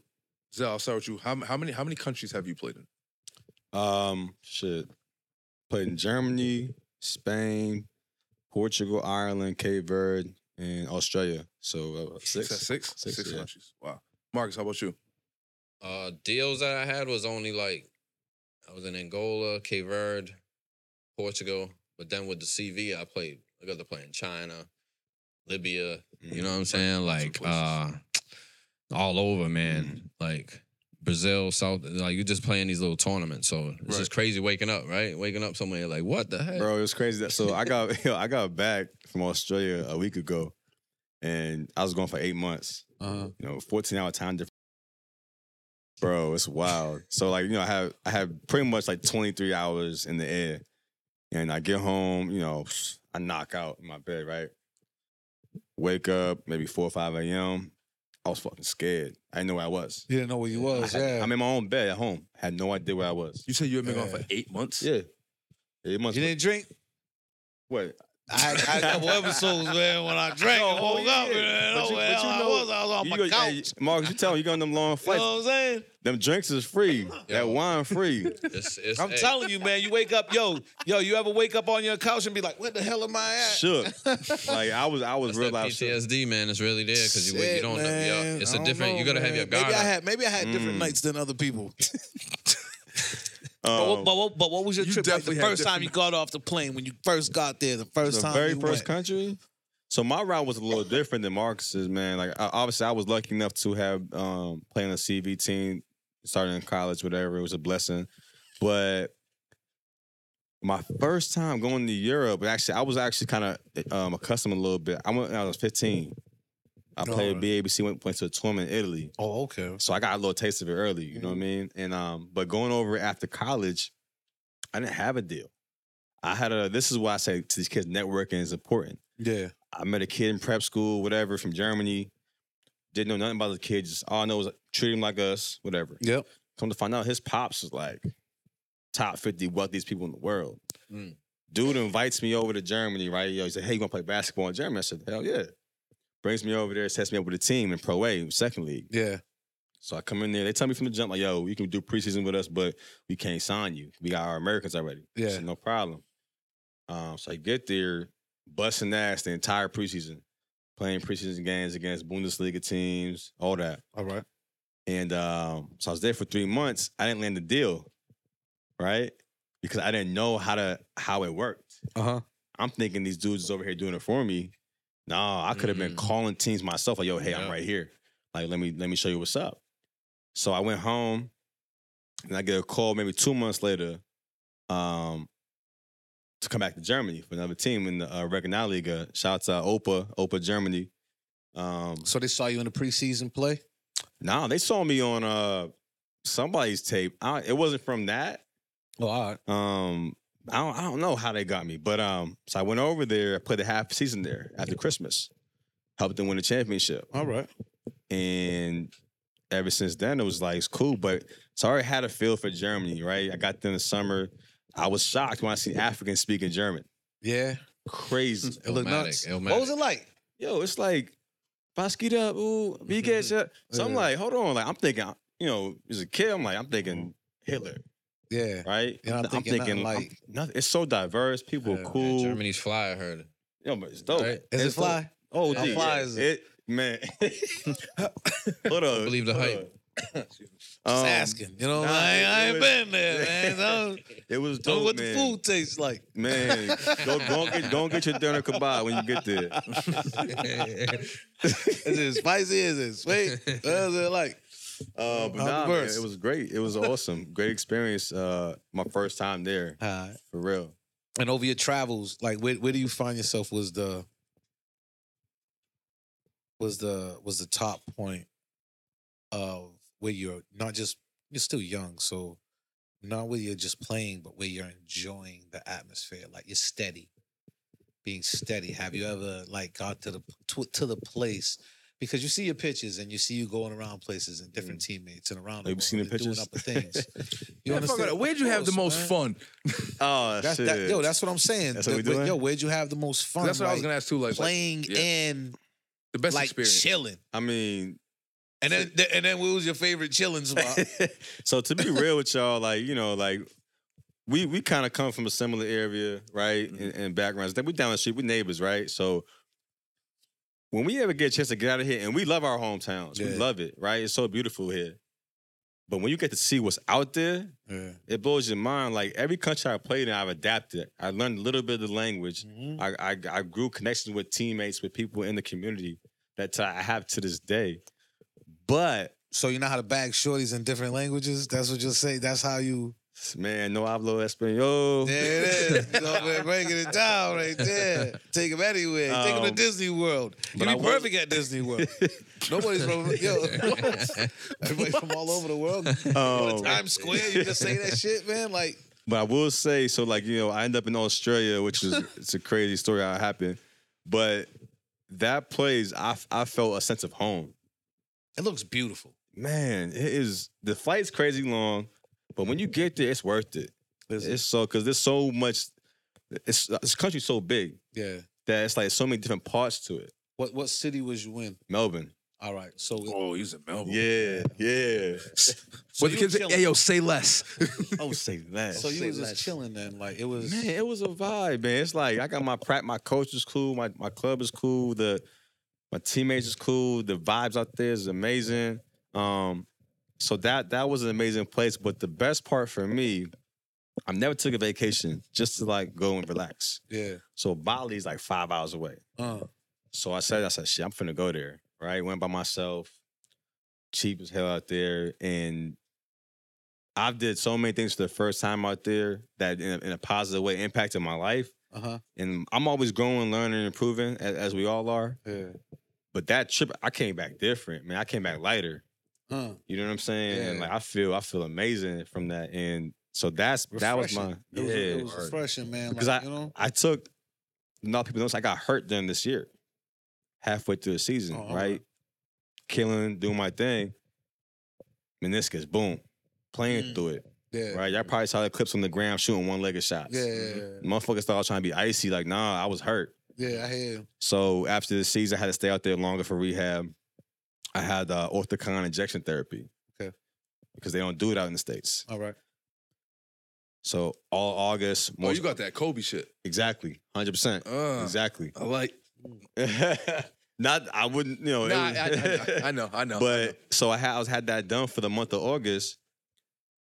Zell, I'll start with you. How, how many how many countries have you played in? Um, shit. Played in Germany, Spain, Portugal, Ireland, Cape Verde, and Australia. So uh, six. Six. Six, Six, Six yeah. countries. Wow. Marcus, how about you? Uh, deals that I had was only like I was in Angola, Cape Verde, Portugal, but then with the CV, I played. I got to play in China, Libya. Mm-hmm. You Mm-hmm, know what I'm saying? Like uh, all over, man. Mm-hmm. Like Brazil, South. Like you just playing these little tournaments, so it's just crazy waking up, right? Waking up somewhere like what the heck? Bro, it was crazy. That, so I got yo, I got back from Australia a week ago, and I was going for eight months. Uh-huh. You know, fourteen hour time difference. Bro, it's wild. so like you know, I have I have pretty much like twenty three hours in the air, and I get home. You know, I knock out in my bed. Right, wake up maybe four or five a.m. I was fucking scared. I didn't know where I was. You didn't know where you was. I had- Oh, yeah. I'm in my own bed at home. Had no idea where I was. You said you were been gone Yeah. for eight months. Yeah. It must you didn't drink? wait. I had, I had a couple episodes, man, when I drank No, and woke yeah. up, man. But oh, you- where but you I know- was, I was on you my go, couch. hey, Marcus, you tell me you going on them long you flights. know what I'm saying? Them drinks is free. That wine free. It's, it's, I'm hey, telling you, man. You wake up, yo, yo. You ever wake up on your couch and be like, "Where the hell am I at?" shook. Like I was I was that's real that life shook. PTSD, man. It's really there because you, you Shit, don't know. man. Yeah, it's I a don't different. know, you gotta have your guard. man. Maybe I up. had maybe I had different Mm. nights than other people. But, Um, what, but, what, but what was your You trip like? The definitely had first time you different- got off the plane when you first got there, the first the time, very you first went. country. So my route was a little different than Marcus's, man. Like I, obviously, I was lucky enough to have um, playing a CV team, starting in college, whatever. It was a blessing, but my first time going to Europe, actually, I was actually kind of um, accustomed a little bit. I went when I was 15. I played Oh. BABC, went, went to a tournament in Italy. Oh, okay. So I got a little taste of it early, you know what I mean? And um, but going over it after college, I didn't have a deal. I had a this is why I say to these kids, networking is important. Yeah. I met a kid in prep school, whatever, from Germany, didn't know nothing about the kid, just all I know was treat him like us, whatever. Mm. Yep. Come to find out his pops is like top 50 wealthiest people in the world. Mm. Dude invites me over to Germany, right? Yo, he said, Hey, you wanna play basketball in Germany? I said, Hell yeah. Brings me over there, sets me up with a team in Pro A, second league. Yeah. So I come in there. They tell me from the jump, like, yo, you can do preseason with us, but we can't sign you. We got our Americans already. I Yeah. said, no problem. Um, so I get there, busting ass the entire preseason, playing preseason games against Bundesliga teams, all that. All right. And um, so I was there for three months. I didn't land a deal, right? Because I didn't know how to how it worked. Uh huh. I'm thinking these dudes is over here doing it for me. Nah, I could have been Mm. calling teams myself. Like, yo, hey, I'm Yeah. right here. Like, let me let me show you what's up. So I went home, and I get a call maybe two months later, um, to come back to Germany for another team in the uh, Regionalliga. Shouts out Opa, Opa Germany. Um, So they saw you in the preseason play. nah, they saw me on uh somebody's tape. I, it wasn't from that. Oh, all right. Um, I don't, I don't know how they got me, but um, so I went over there. I played a half season there after Christmas, helped them win the championship, All right. and ever since then it was like it's cool. But so I already had a feel for Germany, right? I got there in the summer. I was shocked when I seen Africans speaking German. Yeah. Crazy, It looked Illmatic, nuts. Illmatic. What was it like? yo! It's like Baskita, ooh, BK. So I'm Yeah. like, hold on, like I'm thinking, you know, as a kid, I'm like, I'm thinking Hitler, Yeah. right? You're not I'm thinking nothing I'm- like- nothing. It's so diverse. People Yeah. are Yeah, cool. Yeah, Germany's fly, I heard. Yo, but it's dope. Right? Is it It's dope. fly? Oh, How dude, fly yeah. is it? Man, hold up. believe the hold hype. up. Just Um, asking. You know, nah, I, ain't- I it ain't was- been there, man. Don't, It was don't dope, what man. the food tastes like. Man, go, go and get go and get your dinner kebab when you get there. Is it spicy? Is it sweet? what is it like? Uh, How but nah, man, diverse. it was great. It was awesome. Great experience. Uh, my first time there Uh, for real. and over your travels, like where, where do you find yourself was the was the was the top point of where you're not just you're still young, so not where you're just playing, but where you're enjoying the atmosphere, like you're steady, being steady. Have you ever like got to the to, to the place? Because you see your pictures and you see you going around places and different teammates and around the Mm. Have you world seen the and doing pictures? other things. Man, fuck understand? it. Where'd you have the Of most course, man. fun? Oh That's shit, that, yo, that's what I'm saying. That's what The- we doing? Yo, where'd you have the most 'Cause fun? That's what I was Like, gonna ask too. Like, like playing yeah. and the best like experience. chilling. I mean, And then, th- and then, what was your favorite chilling spot? so to be real with y'all, like you know, like we we kind of come from a similar area, right? Mm-hmm. And, and backgrounds. That we down the street, we neighbors, right? So when we ever get a chance to get out of here, and we love our hometowns, we Yeah. love it, right? It's so beautiful here. But when you get to see what's out there, yeah. it blows your mind. Like every country I played in, I've adapted. I learned a little bit of the language. Mm-hmm. I, I I grew connections with teammates, with people in the community that I have to this day. But So you know how to bag shorties in different languages. That's what you'll say. That's how you. Man, no hablo español. There it is. you know, we're breaking it down right there. Take them anywhere. Take them to Um, Disney World. You but I be was- perfect at Disney World. Nobody's from yo. Everybody from all over the world. Go Um, to Times Square. You just say that shit, man. Like But I will say, so like you know, I end up in Australia, which is it's a crazy story how it happened. But that place, I I felt a sense of home. It looks beautiful. Man, it is the flight's crazy long, but when you get there, it's worth it. It's so because there's so much. It's this country's so big Yeah. that it's like so many different parts to it. What what city was you in? Melbourne. All right. So it- Oh, he's in Melbourne. Yeah, yeah. so What the you kids say? chilling- Hey, yo, say less. oh, say that. So you Say was just less. chilling then, like it was. Man, it was a vibe, man. It's like I got my practice, my coach is cool, my, my club is cool, the my teammates is cool, the vibes out there is amazing. Um, so that that was an amazing place. But the best part for me, I never took a vacation just to like go and relax. Yeah. So Bali's like five hours away. Uh, So I said, I said, shit, I'm finna go there. Right. Went by myself, cheap as hell out there. And I've did so many things for the first time out there that in a, in a positive way impacted my life. uh huh. And I'm always growing, learning, and improving as, as we all are. Yeah. But that trip, I came back different, man. I came back lighter. Uh, You know what I'm saying? And Yeah. like I feel, I feel amazing from that. And so that's that was my refreshing. It was, it was yeah. refreshing, man. Because like, you know. I took not people notice I got hurt during this year, halfway through the season, Oh, okay. right? Killing, doing my thing. Meniscus, boom, playing Mm. through it, Yeah. right? Y'all probably saw the clips on the ground shooting one legged shots. Yeah. Yeah. Motherfuckers thought I was trying to be icy, like, nah, I was hurt. Yeah. yeah, I hear. So after the season, I had to stay out there longer for rehab. I had uh, orthocon injection therapy. Okay. Because they don't do it out in the States. All right. So all August, Oh, most, you got that Kobe shit. exactly, 100%. Uh-huh. Uh, exactly. I like. Not, I wouldn't, you know. it Nah, I, was- I- I- I know. I know. I know. but so I had, I was, had that done for the month of August.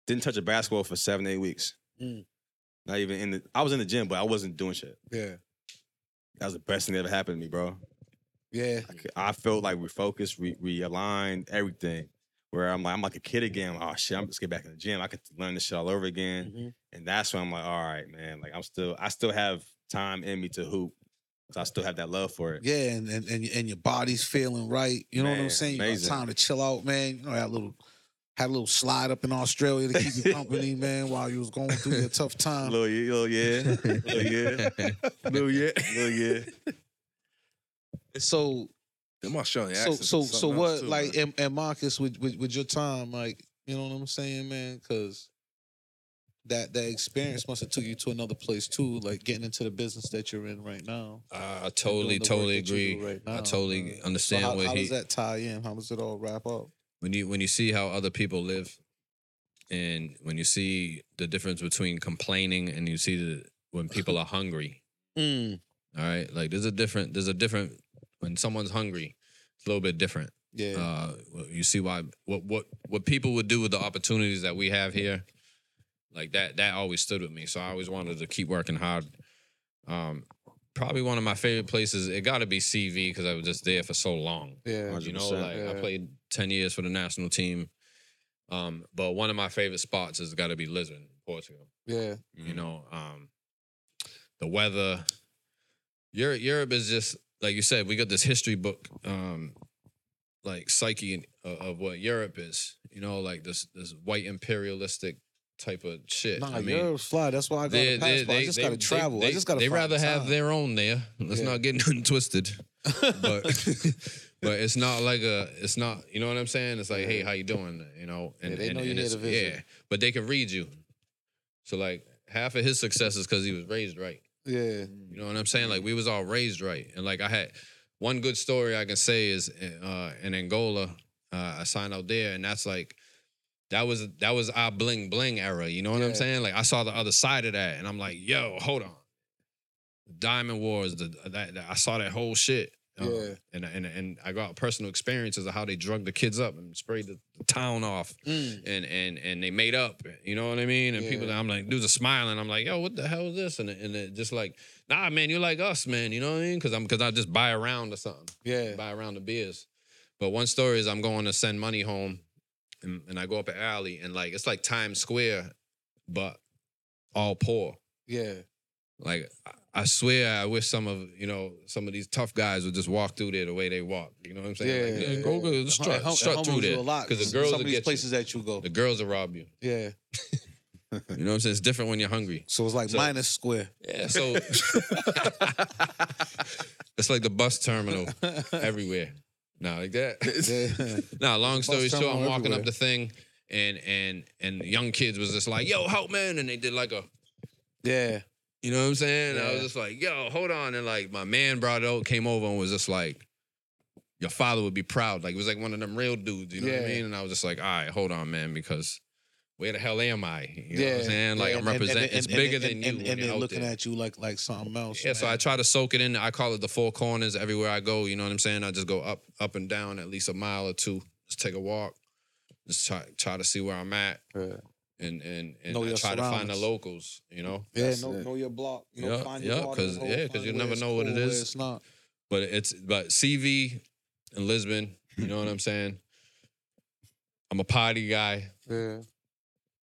Didn't touch a basketball for seven, eight weeks. Mm. Not even in the. I was in the gym, but I wasn't doing shit. Yeah. That was the best thing that ever happened to me, bro. Yeah. I, could- I felt like refocused, re- realigned, everything. Where I'm like, I'm like a kid again. oh shit, I'm just get back in the gym. I could learn this shit all over again. Mm. Mhm. And that's when I'm like, all right, man. Like I'm still, I still have time in me to hoop. 'cause I still have that love for it. Yeah, and, and and and your body's feeling right. You know what Man, I'm saying? You got amazing. time to chill out, man. You know that little had a little slide up in Australia to keep you company, man, while you was going through your tough time. Little yeah, little yeah, little yeah, Lil yeah. little yeah. So Them Australian so accents so is so something what else, too, like man. and, and Marcus with, with with your time like you know what I'm saying man because that that experience must have took you to another place too like getting into the business that you're in right now I I and totally, doing the work totally that you do agree. right I now. totally so understand how, what how he does that tie in how does it all wrap up when you when you see how other people live and when you see the difference between complaining and you see the when people are hungry mm. all right like there's a different there's a different when someone's hungry it's a little bit different yeah uh you see why what what what people would do with the opportunities that we have here like that that always stood with me so i always wanted to keep working hard um probably one of my favorite places it got to be cv because i was just there for so long yeah Hundred you know, 100%. like Yeah. I played ten years for the national team. Um, but one of my favorite spots has got to be Lisbon, Portugal. yeah Mm-hmm. You know, um, the weather. Europe, Europe is just like you said. We got this history book, um, like psyche and- uh, of what Europe is. You know, like this this white imperialistic type of shit. Nah, I mean, you're fly. That's why I got they- a they- passport. I they- just they- gotta they- travel. I they- just gotta. They find rather have time. their own there. Let's Yeah. not get nothing twisted but but it's not like a it's not you know what I'm saying. It's like hey, how you doing? You know, Yeah, they know you here it's- to visit. yeah, but they can read you. So like half of his success is because he was raised right. yeah, You know what I'm saying? Like we was all raised right, and like I had one good story I can say is uh, in Angola, uh, I signed out there, and that's like that was that was our bling bling era. You know what I'm Yeah. saying? Like I saw the other side of that, and I'm like, yo, hold on, Diamond Wars. The, that, that- I saw that whole shit. uh, Yeah. and, and and I got personal experiences of how they drug the kids up and sprayed the, the town off Mm. and and and they made up. You know what I mean? And people, Yeah. I'm like, dudes are smiling. I'm like, yo, what the hell is this? And and it just like, nah, man, you're like us, man. You know what I mean? Because I'm because I just buy around or something, yeah, buy around the beers. But one story is I'm going to send money home, and, and I go up an alley and like it's like Times Square, but all poor. yeah, Like I- I swear, I wish some of you know some of these tough guys would just walk through there the way they walk. You know what I'm saying? Yeah, Like, yeah, go yeah. go just It strut, hum- it strut through humbles you there a lot because the girls some will of these get you. places that you go. The girls will rob you. Yeah, You know what I'm saying? It's different when you're hungry. so it's like So- minus square. Yeah, so it's like the bus terminal everywhere. Nah, like that. Yeah. Nah, long story Bus short, I'm terminal walking everywhere. up the thing, and and and young kids was just like, "Yo, help man!" And they did like a, yeah. you know what I'm saying? I was Yeah. just like, "Yo, hold on!" And like my man brought it out, came over, and was just like, "Your father would be proud." Like it was like one of them real dudes, you know what I Yeah. mean? And I was just like, "All right, hold on, man, because." Where the hell am I? You know what Yeah. I'm saying? Like Yeah, I'm and- and- representing. and- it's and- bigger and- than you. And, when and you're they're out looking there. at you like like something else. Yeah, so I man. try to soak it in. I call it the four corners everywhere I go. You know what I'm saying? I just go up, up and down at least a mile or two. Just take a walk. Just try try to see where I'm at. Yeah. And and and Know I your try to find the surroundings. locals. You know, Yeah, That's know, it. know your block. You know, Yeah, find yeah, your water, 'cause- know, yeah, 'cause find you where never it's know what it cool, where is. It's not. but it's but CV and Lisbon. You know what I'm saying? I'm a party guy. Yeah.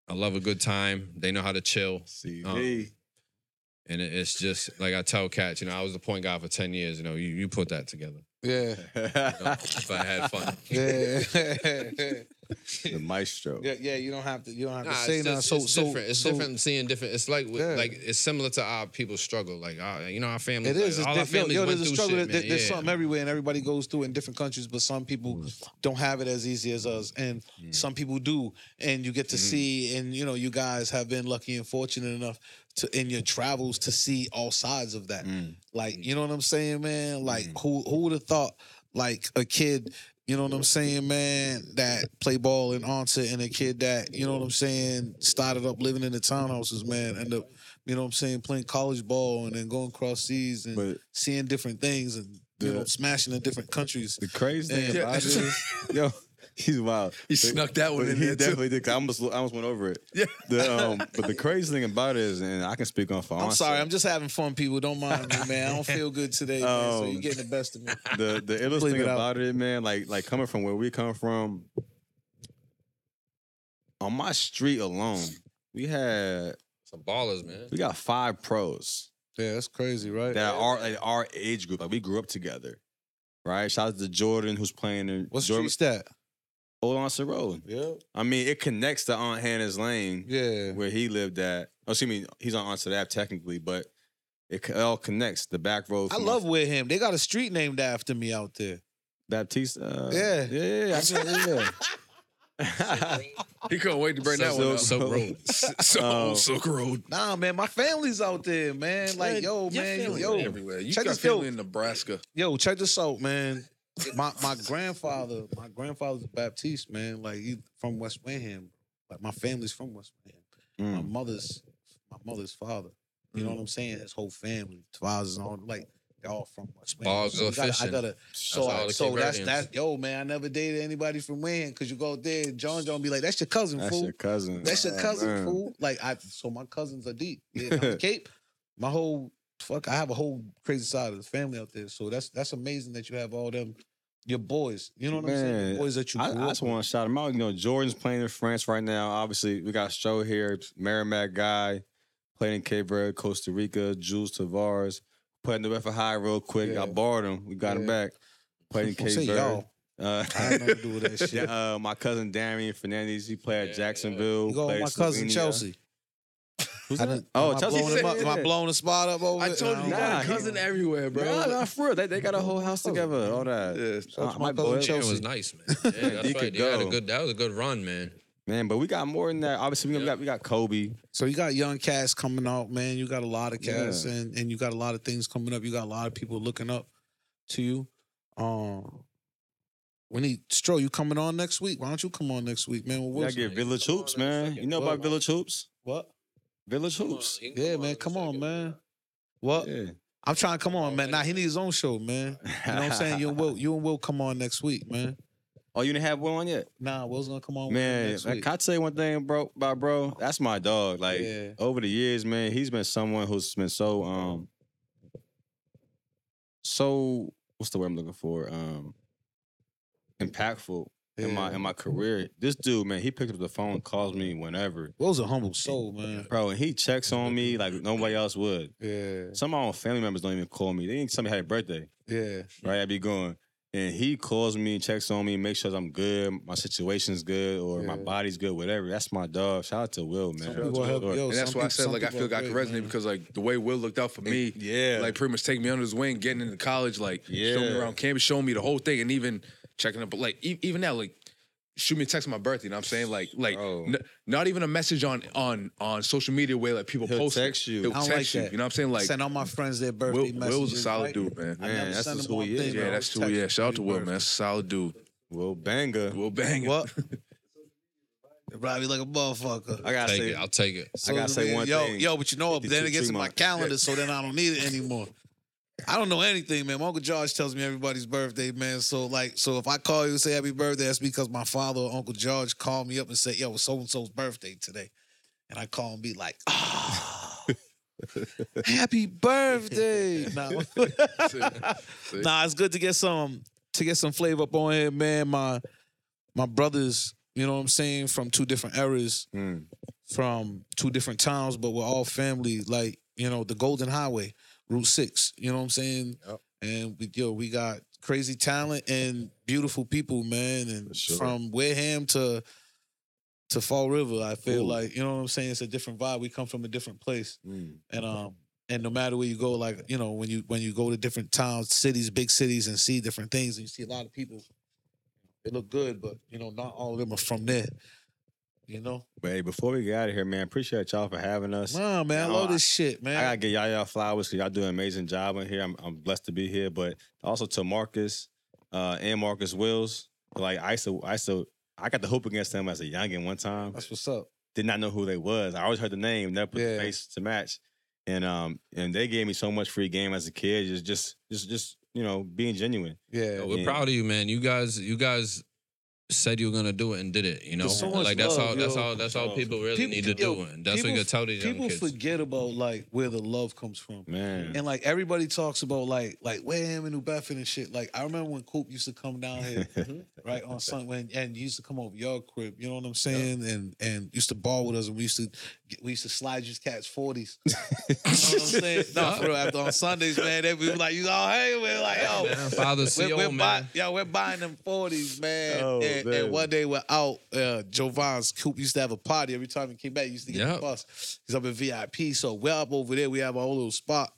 I love a good time. They know how to chill. CV. And it- it's just like I tell cats, you know, I was the point guard for 10 years. You know, you, you put that together. Yeah. You know, if I had fun. Yeah. the maestro. yeah, yeah, you don't have to you don't have to Nah, say it's nothing. just- uh, So it's so different. It's so, different seeing different. It's like with- Yeah. like it's similar to our people's struggle. Like our, you know, our family. It is. It's all our diff- yo, families yo, went there's a through struggle. shit, there- man. there's Yeah. Mm. something everywhere, and everybody goes through in different countries. But some people don't have it as easy as us, and some people do. And you get Mm-hmm. to see, and you know, you guys have been lucky and fortunate enough to in your travels to see all sides of that. Mm. Like, you know what I'm saying, man? Like, Mm. who who would have thought, like, a kid. You know what I'm saying, man? That play ball in onset and a kid that, you know what I'm saying, started up living in the townhouses, man, end up, you know what I'm saying, playing college ball and then going across seas and But seeing different things and you Yeah. know smashing in different countries. the crazy thing Yeah. about it is, yo, he's wild. He snuck Oh, that one But in he there too. definitely did. 'cause I almost, I almost went over it. Yeah. The, um, but the crazy thing about it is, and I can speak on for I'm Onset, sorry, I'm just having fun, people. Don't mind me, man. I don't feel good today, man. So Um, you're getting the best of me. the the illest Leave thing it out. about it, man, like like coming from where we come from, on my street alone, we had Some ballers, man. we got five pros Yeah, that's crazy, right? that are like our age group. Like we grew up together, right? Shout out to Jordan who's playing in What's Jordan, streets that? Old Onset Road. Yeah, I mean, it connects to Aunt Hannah's Lane yeah, where he lived at. Oh, excuse me, he's on Onset Ave technically, but it co- all connects the back road. I from love with him. They got a street named after me out there. Baptiste. Uh, Yeah. yeah, yeah, I can, yeah. He couldn't wait to bring that So- one up. so- Silk Road. S- so Oh. Silk Road. Nah, man, my family's out there, man. Like, yo, Your man, family's yo, everywhere. You check got this, yo. family in Nebraska. yo, check this out, man. My my grandfather, my grandfather's a Baptiste, man. Like, he from West Wareham. Like, my family's from West Wareham. Hmm. my Mm. mother's my mother's father. You know Mm. what I'm saying? His whole family, his fathers and all like they're all from West Wayne. Bars So go we gotta- I fishing. gotta so all I, the so that's Cape Verdeans. that's yo man. I never dated anybody from Wayne because you go out there, and John John be like, that's your cousin, That's fool. your cousin. that's your Oh, cousin, man. fool. Like I so my cousins are deep. Yeah, I'm Cape. My whole fuck, I have a whole crazy side of the family out there. So that's that's amazing that you have all them your boys. You know what I'm saying? Man, The boys that you I, grew I up just with. want to shout him out. You know, Jordan's playing in France right now. Obviously, we got show here. Merrimack guy playing in Cape Verde, Costa Rica. Jules Tavares playing the ref for high real quick. Yeah. I borrowed him. We got him Yeah. back. Playing in Don't say Cape Verde. y'all. Uh, I had nothing to do with that shit. yeah, uh, my cousin Damian Fernandez. He played Yeah, at Jacksonville. You go with played my cousin Slovenia. Chelsea. Who's I that? done- Oh, am Chelsea I blowing him said up? Am I it. blowing the spot up over? I it? told you, you Nah, got a he- cousin everywhere, bro. Nah, nah, for real. They, they got a whole Oh, house together. All that. Yeah. Shout out to Uh, my my cousin boy- That was Chelsea. nice, man. Yeah, that's You right. could They had a go. good. That was a good run, man. Man, but we got more than that. Obviously, we Yeah. got we got Kobe. So you got young cats coming out, man. You got a lot of cats, Yeah. and and you got a lot of things coming up. You got a lot of people looking up to you. Um, we need Stro. You coming on next week? Why don't you come on next week, man? Well, We gotta Wilson, get Wilson. Village Come on Hoops, in a man. second. You know Well, about Village Hoops? what? Village Come on, Hoops. he can Yeah, come man. in a Come on, second. man. What? Yeah. I'm trying to come on, man. Now he needs his own show, man. You know what I'm saying? You and Will, you and Will come on next week, man. oh, you didn't have Will on yet? Nah, Will's gonna come on. with him Man, Oh, next like, week. can I tell you one thing, bro? About bro, that's my dog. Like Yeah. over the years, man, he's been someone who's been so um, so what's the word I'm looking for? Um, impactful in my Yeah. in my career. This dude, man, he picked up the phone, calls me whenever, Will's a humble soul, man. bro, and he checks on me like nobody else would. Yeah, Some of my own family members don't even call me. They didn't tell me happy birthday. yeah. right? I'd be going. And he calls me, checks on me, makes sure I'm good, my situation's good, or my Yeah. body's good, whatever. That's my dog. Shout out to Will, man. Some people help- yo, And that's some why I peop- said, some like, I people feel are like I could great, resonate man. because, like, the way Will looked out for me, yeah, like, pretty much take me under his wing, getting into college, like, showing me Yeah. around campus, showing me the whole thing, and even checking up. But like e- even now, like shoot me a text on my birthday. You know what I'm saying? Like like Oh. n- not even a message on on on social media where like people He'll post. it. text you. He'll I don't text like you. that. You know what I'm saying? Like send all my friends their Will, birthday messages. Will was a solid right? dude, man. I Man, never that's send them just who one he is. thing, Yeah, I that's always too. Yeah, text shout out to them, Will, "Happy man. That's a solid dude. Will Banger. Will Bang. What? birthday." Robbie like a motherfucker. I gotta Take say, it. I'll take it. So gotta the say man- one yo, thing. Yo, but you know, what? then it 52 gets in my Tremont. calendar, so then I don't need it anymore. I don't know anything, man. My Uncle George tells me everybody's birthday, man. So like, so if I call you and say happy birthday, that's because my father or Uncle George called me up and said, "Yo, it's so and so's birthday today," and I call and be like, "Ah, happy birthday!" nah, nah, it's good to get some to get some flavor up on here, man. My my brothers, you know what I'm saying, from two different eras, Mm. from two different towns, but we're all family. Like you know, the Golden Highway, Route Six. You know what I'm saying? Yep. And we yo, we got crazy talent and beautiful people, man. For And sure. from Wareham to to Fall River, I feel Ooh. like you know what I'm saying. It's a different vibe. We come from a different place mm. and um and no matter where you go like you know when you when you go to different towns cities big cities and see different things and you see a lot of people they look good but you know not all of them are from there you know But hey, before we get out of here, man, appreciate y'all for having us. nah man i No, love I- this shit man I gotta get y'all y'all flowers because y'all do an amazing job in here. I'm, I'm blessed to be here, but also to Marcus uh, and Marcus Wills. Like I used to, I used to, I got the hoop against them as a youngin one time. that's what's up Did not know who they was. I always heard the name, never put Yeah. the face to match. And um, and they gave me so much free game as a kid. Just, just, just, just you know, being genuine. yeah Yo, we're yeah. proud of you, man. You guys, you guys said you were gonna do it and did it. You know, There's so much like that's love, all. That's yo. all. That's all Yo, people really people- need to yo, do. And that's what people- you gotta tell these young people kids. forget about like where the love comes from Man, and like everybody talks about like like Wham and New Bedford and shit. Like I remember when Coop used to come down here right on Sunday when, and used to come over your crib. You know what I'm saying? And and used to ball with us, and we used to get, we used to slide you cats forties. you know what I'm saying? No, for real. After on Sundays, man, they we were like, you all hey, we're like, yo. man, father, We're, CEO, we're man. buy, yo, we're buying them 40s, man. Oh, and, man. and one day we're out. Uh, Jovan's Coop used to have a party every time he came back. He used to get Yep. the bus. He's up in VIP. So we're up over there. We have our own little spot.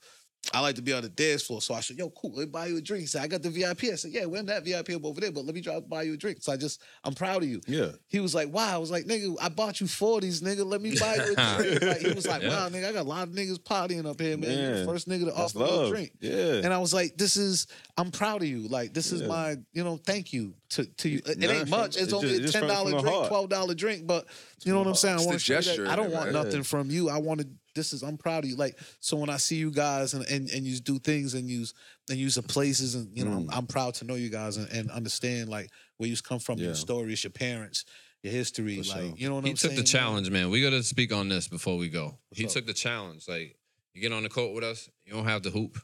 I like to be on the dance floor. So I said, yo, cool, let me buy you a drink. He said, I got the VIP. I said, yeah, we're in that VIP up over there, but let me drive buy you a drink. So I just, I'm proud of you. yeah, He was like, wow. I was like, nigga, I bought you 40s, nigga. Let me buy you a drink. Like, he was like, Yeah. wow, nigga, I got a lot of niggas partying up here, man. You're Man, the first nigga to that's offer me a love. drink. Yeah, And I was like, this is, I'm proud of you. Like, this is Yeah. my, you know, thank you to, to you. It, it Nah, ain't it's much. from- It's it only just- a it's $10 from- from the drink, heart. $12 drink, but you know what I'm saying? I It's the wanna show you that gesture I in don't it, want right? nothing Yeah. from you. I want to, this is, I'm proud of you. Like, so when I see you guys and, and, and you do things and use, and use the places and, you know, Mm. I'm, I'm proud to know you guys and, and understand like where you come from, Yeah. your stories, your parents, your history. For like, sure. you know what He I'm took saying? the man? challenge, man. We gotta speak on this before we go. he up? took the challenge. Like you get on the court with us, you don't have to hoop.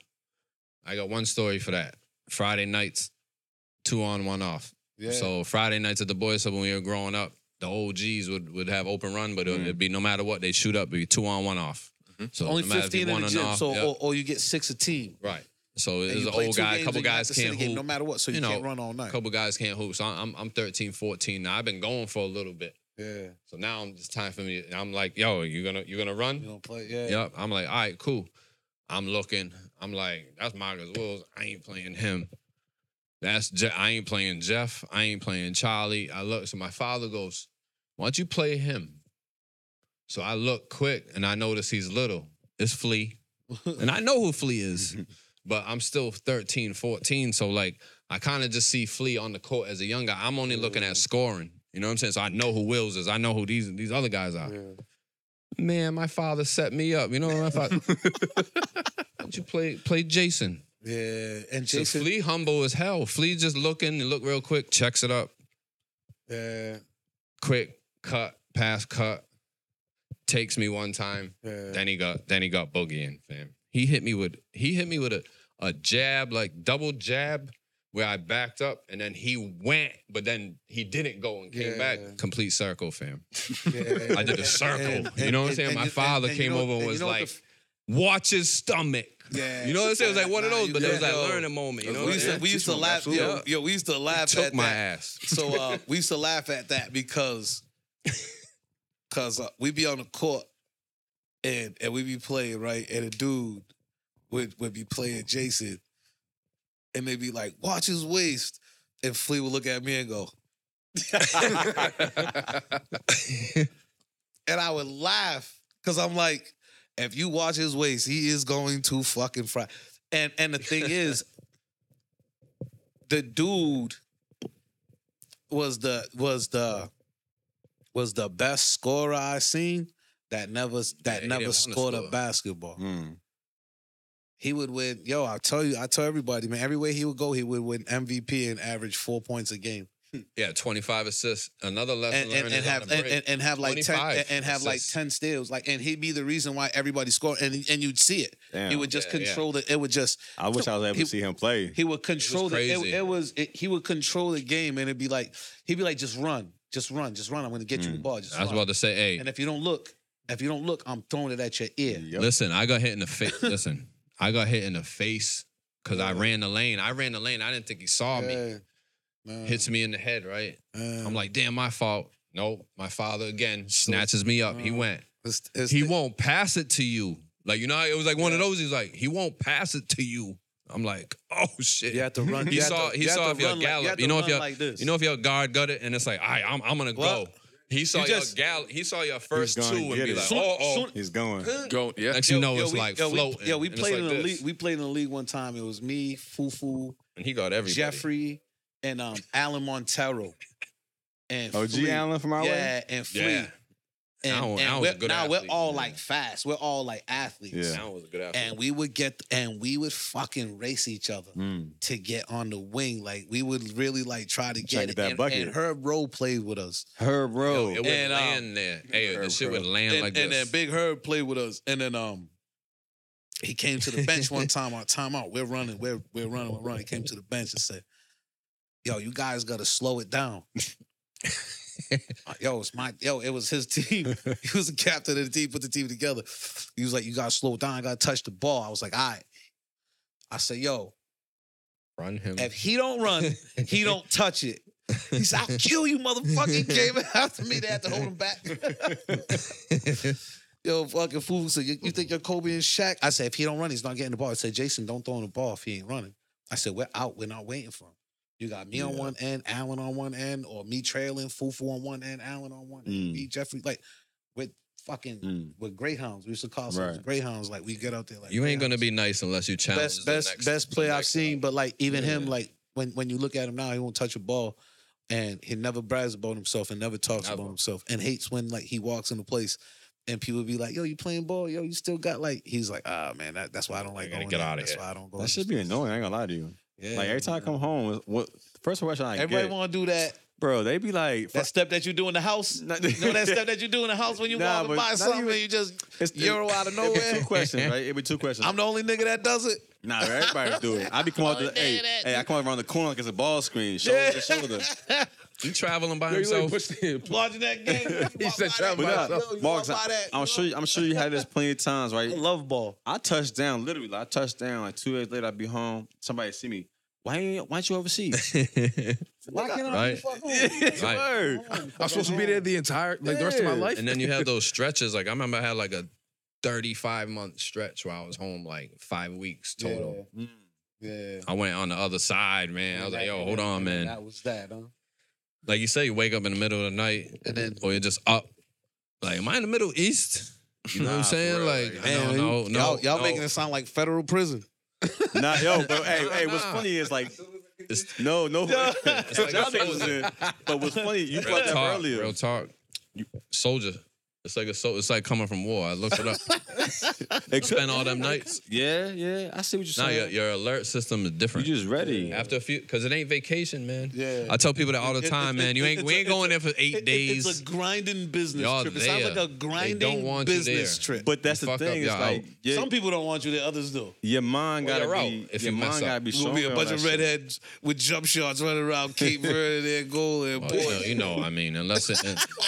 I got one story for that. Friday nights, two on, one off. Yeah. So Friday nights at the boys' club when we were growing up, the OGs would would have open run, but it would Mhm. it'd be no matter what, they shoot up, it'd be two on, one off. So Mm. Mm-hmm. only no matter if you 15 in one the or gym. not, so, yeah. or, or you get six a team. Right. So And there's you an play old two guy, a games couple and you have guys to sit can't a game hoop. no matter what, so you, You know, can't run all A night. couple guys can't hoop. So I'm I'm 13, 14 now. I've been going for a little bit. Yeah, So now I'm it's time for me. I'm like, yo, you gonna you gonna run? you don't play. Yeah, Yep. I'm like, all right, cool. I'm looking. I'm like, that's Marcus Wills. I ain't playing him. That's Je- I ain't playing Jeff. I ain't playing Charlie. I look. So my father goes, why don't you play him? So I look quick and I notice he's little. It's Flea. and I know who Flea is, but I'm still 13, 14. So like I kind of just see Flea on the court as a young guy. I'm only looking at scoring. You know what I'm saying? So I know who Wills is. I know who these these other guys are. Man, my father set me up. You know what I thought? Don't you play play Jason? yeah. And So Jason, Flea humble as hell. Flea just looking and look real quick, checks it up, yeah, quick cut, pass cut, takes me one time. yeah. Then he got then he got boogie in, fam. He hit me with he hit me with a, a jab, like double jab, where I backed up and then he went, but then he didn't go and came Yeah. back. Complete circle, fam. yeah. I did a circle. You know what I'm saying? My father came over and was like, watch his stomach. Yeah. You know what I'm saying? It was like one of Nah, those, you but it was good, like yo. learning moment. You know we what I'm used to, saying? we used to Teach 'em, laugh, yo, absolutely. yo, we used to laugh Choke at my that. ass. So uh, we used to laugh at that because, cause uh, we be on the court and and we be playing right, and a dude would would be playing Jason, and they be like, "Watch his waist," and Flea would look at me and go, and I would laugh because I'm like, if you watch his waist, he is going to fucking fry. And and the thing is, the dude was the was the was the best scorer I seen that never that he didn't never wanna scored a score. basketball. Mm. He would win. Yo, I tell you, I tell everybody, man. Everywhere he would go, he would win MVP and average four points a game, yeah, 25 assists. Another lesson and learned and, is and on have the and, break. and, and have like ten 25 and, and have like assists. ten steals, like and he'd be the reason why everybody scored, and and you'd see it. Damn. He would just Yeah, yeah. control it. It would just I wish I was able He- to see him play. he would control the it. crazy. It, was it, he would control the game, and it'd be like he'd be like, just run, just run, just run. I'm gonna get you the Mm. ball. Just I was run. about to say, hey, and if you don't look, if you don't look, I'm throwing it at your ear. Yep. Listen, I got hit in the face. Listen, I got hit in the face because I Yeah. ran the lane. I ran the lane. I didn't think he saw me. Yeah. Uh-huh. Man, Hits me in the head, right? man. I'm like, damn, my fault. Nope. My father again snatches me up. He Uh, went. It's- it's He the- won't pass it to you. Like, you know, how it was like one of Yeah. those. He's like, he won't pass it to you. I'm like, oh shit. You have to run. He you have saw- to- he you have saw to if you're run like- gallop. have You to know if run you're- like this. You know, if your guard got it and it's like, all right, I'm, I'm gonna Well, go. He saw you your just- gal. He saw your first two gonna and get be it. like, Soon- oh, oh. soon- He's going. Go, yeah. Next you know, it's like yo, floating. We, yo, we and it's played like in the this. league. We played in the league one time. It was me, Fufu, and he got everybody. Jeffrey, and um, Alan Montero, and OG Flea. Allen from our way. yeah, and Flea. Yeah. And, Allen- and Allen's we're, a good now we're athlete, all yeah. like fast. We're all like athletes. Yeah. That was a good athlete. And we would get and we would fucking race each other Mm. to get on the wing. Like we would really like try to Try get to it. get that and, bucket. and Herb Rowe played with us. Herb Yo, Rowe. it would and, um, land there. Hey, the Herb shit would Crow. land and, like and this. then Big Herb played with us, and then um, he came to the bench one time. Our timeout, we're running, we're we're running, we're running. He came to the bench and said, "Yo, you guys gotta slow it down." Uh, yo, it's my yo. It was his team. He was the captain of the team. Put the team together. He was like, "You gotta slow it down. I gotta touch the ball." I was like, "All right." I said, "Yo, Run him. if he don't run, he don't touch it." He said, "I'll kill you, motherfucker." He came after me. They had to hold him back. Yo, fucking fool said, you, you think you're Kobe and Shaq? I said, if he don't run, he's not getting the ball. I said, Jason, don't throw him the ball if he ain't running. I said, we're out. We're not waiting for him. You got me on Yeah. one end, Allen on one end, or me trailing, Fufu on one end, Allen on one end, Mm. me, Jeffrey. Like, with fucking, Mm. with Greyhounds. We used to call ourselves Right. Greyhounds. Like, we get out there like. you ain't gonna Greyhounds. be nice unless you challenge. Best, the best, next- best player the I've next seen, guy. but like, even him, Yeah. like, when, when you look at him now, he won't touch a ball. And he never brags about himself and never talks Never. about himself and hates when like he walks in the place and people be like, "Yo, you playing ball? Yo, you still got like?" He's like, "Ah, man, that, that's why I don't like I gotta going get in. outta that's here." why I don't go." in That should this be place." annoying. I ain't gonna lie to you. Yeah, Like every time I man. come home, what first question I everybody get, want to do that bro, they be like, that step that you do in the house. You Not- know that step that you do in the house when you want Nah, to but buy not something even- and you just it's, euro out of it'd be nowhere. two questions, right? It'd be two questions. I'm the only nigga that does it. nah, bro, everybody do it. I be coming out Oh, the, hey, hey, I come out around the corner like it's a ball screen, shoulder to shoulder. you traveling by Yo, you himself. like pushed him. Watching that game, you He walk by said, "Try that, by yo, yourself." you walk Mark's, by I, that, I'm yo. sure, you- I'm sure you had this plenty of times, I right? love ball. I touched down, literally. like, I touched down like two days later. I'd be home. Somebody see me. Why ain't why ain't you overseas? Why can't I Right. be fucking Right. Word. I'm supposed to be there the entire, like the rest of my Yeah. life. and then you have those stretches. Like I remember I had like a 35 month stretch where I was home like five weeks total. Mm. Yeah. I went on the other side, man. I was like, yo, hold on, man. That was that, huh? like you say, you wake up in the middle of the night, And then- or you're just up. Like, am I in the Middle East? You know what Nah, I'm for saying? real, like, like, I don't know. No, y'all, y'all no. making it sound like federal prison. Nah, yo, but hey, hey, what's Nah. funny is like, It's- no, no, It's like y'all a niggas was in. But what's funny, you real brought that talk, earlier. real talk. Soldier. It's like a so. It's like coming from war. I looked it up. It could- Spent all them nights. Yeah, yeah, I see what you're Now your, saying. your alert system is you different. just ready. After a few, because it ain't vacation, man. Yeah. I tell people that all the It- it- time, it- man. You it- ain't. it's We a- ain't going there for It- eight it- days. It's a grinding business Y'all trip. It sounds there. like a They don't grinding want you business there. trip. But that's You the fuck up thing. It's y'all like out. your, Some people don't want you there, others do. your mind Well, gotta you're be. out if your you mess mind up. gotta be We're showing gonna be a all bunch that of shit. redheads with jump shots running around Cape Verde and Gold and Well, Oh, you, know, boy. you know, I mean, unless it,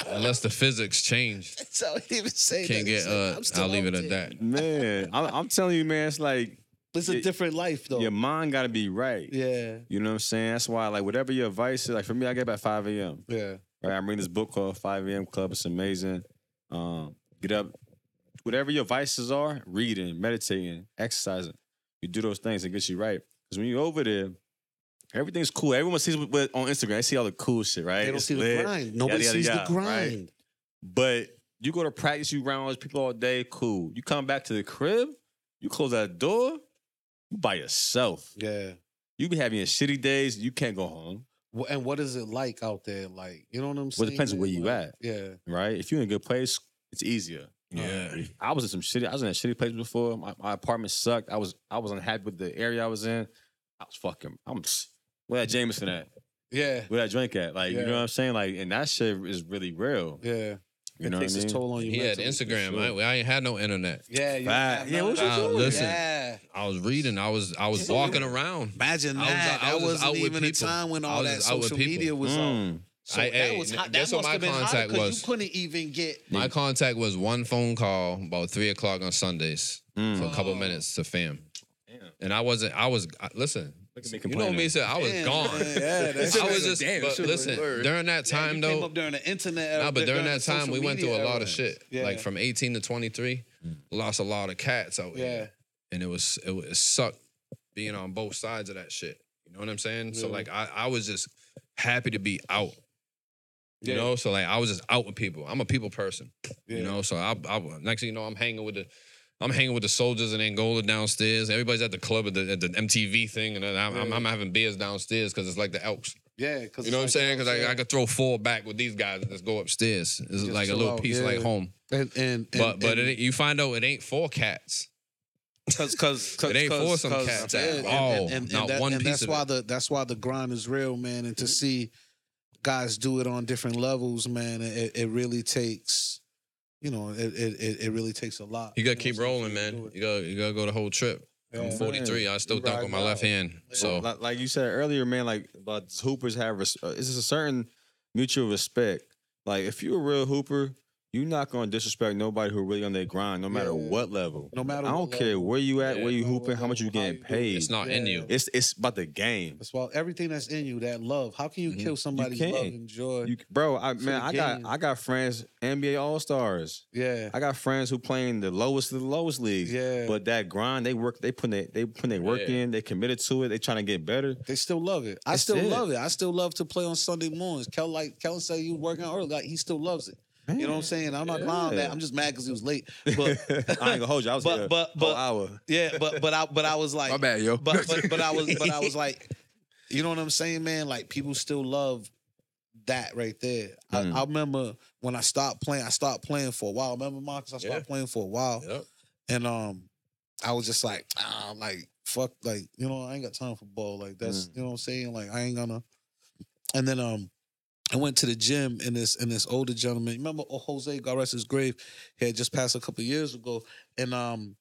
unless the physics change, That's how he even say can't that. He's get. like, Uh, I'm still I'll leave it out at there. that. Man, I'm, I'm telling you, man, it's like It's a It- different life though. your mind gotta be right. Yeah. You know what I'm saying? That's why, like, whatever your advice is, like for me, I get up at 5 a.m. Yeah. Right, I'm reading this book called 5 a.m. Club. It's amazing. Um, get up. Whatever your vices are, reading, meditating, exercising. You do those things and get you right. Because when you're over there, Everything's cool. Everyone sees what- what on Instagram. They see all the cool shit, right? They don't It's see the lit. grind. Nobody yada, sees yada, the right? grind. But you go to practice, you round with people all day, cool. You come back to the crib, you close that door, you by yourself. Yeah. You be having your shitty days. You can't go home, Wh- And what is it like out there? Like, you know what I'm saying? Well, it depends on man? where you Like, at. Yeah. right? If you're in a good place, it's easier. Yeah. I was in some shitty. I was in a shitty place before. My, my apartment sucked. I was I was unhappy with the area I was in. I was fucking. I'm s- where that Jameson at? Yeah. Where that drink at? Like you Yeah. know what I'm saying? Like and that shit is really real. Yeah. You it know what I takes mean? its toll on you. He had mentally, for Instagram. sure. I, I ain't had no internet. Yeah. you Fact. have Yeah, none what of you that. doing? Listen. Yeah. I was reading. I was I was walking around. Imagine I was- that. I was that just wasn't out with even a people. time when I all was that just out with social people. media was uh, out. Mm. So I- that hey, was n- hot. That guess must what my have been hot contact because was? you couldn't even get. My contact was one phone call about three o'clock on Sundays for Mm. a couple Oh. minutes to fam, Damn. and I wasn't. I was I- listen. Look at me You know complaining. me, so I was Damn, gone. man. Yeah, that shit I was was a- just. damn, that but shit was listen, blurred. during that Yeah, you time came though, up during the internet. Nah, era- but during the that time, social we went through media a lot era. of shit. Yeah. Like from 18 to 23, lost a lot of cats out Yeah. here. And it was, it was it sucked being on both sides of that shit. You know what I'm saying? So Yeah. like I, I was just happy to be out. You Yeah. know, so like I was just out with people. I'm a people person. Yeah. You know, so I, I next thing you know, I'm hanging with the I'm hanging with the soldiers in Angola downstairs. Everybody's at the club at the, at the MTV thing, and then I'm, I'm, Yeah. I'm having beers downstairs because it's like the Elks. Yeah. 'cause You know what I'm it's like- saying? Because yeah. I, I could throw four back with these guys and just go upstairs. It's Just like a chill little out, piece yeah. like home. And, and, and But but and- it ain't, you find out it ain't for cats. Cause, cause, cause, It ain't for cause- some cause- cats. Yeah, at and- all. and, and- and Not that- one and piece that's of why it. the that's why the grind is real, man. Mm-hmm. And to see guys do it on different levels, man, it, it really takes, you know, it it, it- it really takes a lot. You gotta know, keep so you rolling, can do man. it. You gotta you gotta go the whole trip. I'm Yeah. 43. I still You dunk ride with my it left out. hand. So like, like you said earlier, man, like but hoopers have res- uh, it's just a certain mutual respect. Like if you're a real hooper, you're not gonna disrespect nobody who really on their grind, no matter Yeah. what level. No matter I what don't care level. where you at, Yeah. where you No matter hooping, what how much you level, how getting you do it. paid. it's not in Yeah. you. It's it's about the game. That's why everything that's in you, that love. How can you Mhm. kill somebody's can't. love and joy? You, bro, I the man, I got game. I got friends NBA All Stars. yeah, I got friends who playing the lowest of the lowest leagues. yeah. But that grind, they work, they put they they put their work Yeah. in, they committed to it, they trying to get better. they still love it. I That's still it. love it. I still love to play on Sunday mornings. Kel like Kel said, you working early. Like he still loves it. You know what I'm saying? I'm not lying on that. Yeah. I'm just mad because he was late. I But ain't gonna hold you. Oh, I was But- here but- whole but- hour. yeah, but but I but I was like, My bad, yo. but, but but I was but I was like, you know what I'm saying, man? Like people still love that right there. Mm. I, I remember when I stopped playing, I stopped playing for a while. Remember, Marcus, I stopped Yeah. playing for a while, Yep. and um, I was just like, ah, I'm like fuck, like you know, I ain't got time for ball. Like that's you know what I'm saying. Like I ain't gonna. And then um, I went to the gym and this and this older gentleman. Remember oh, Jose Garces' grave? He had just passed a couple years ago, and um,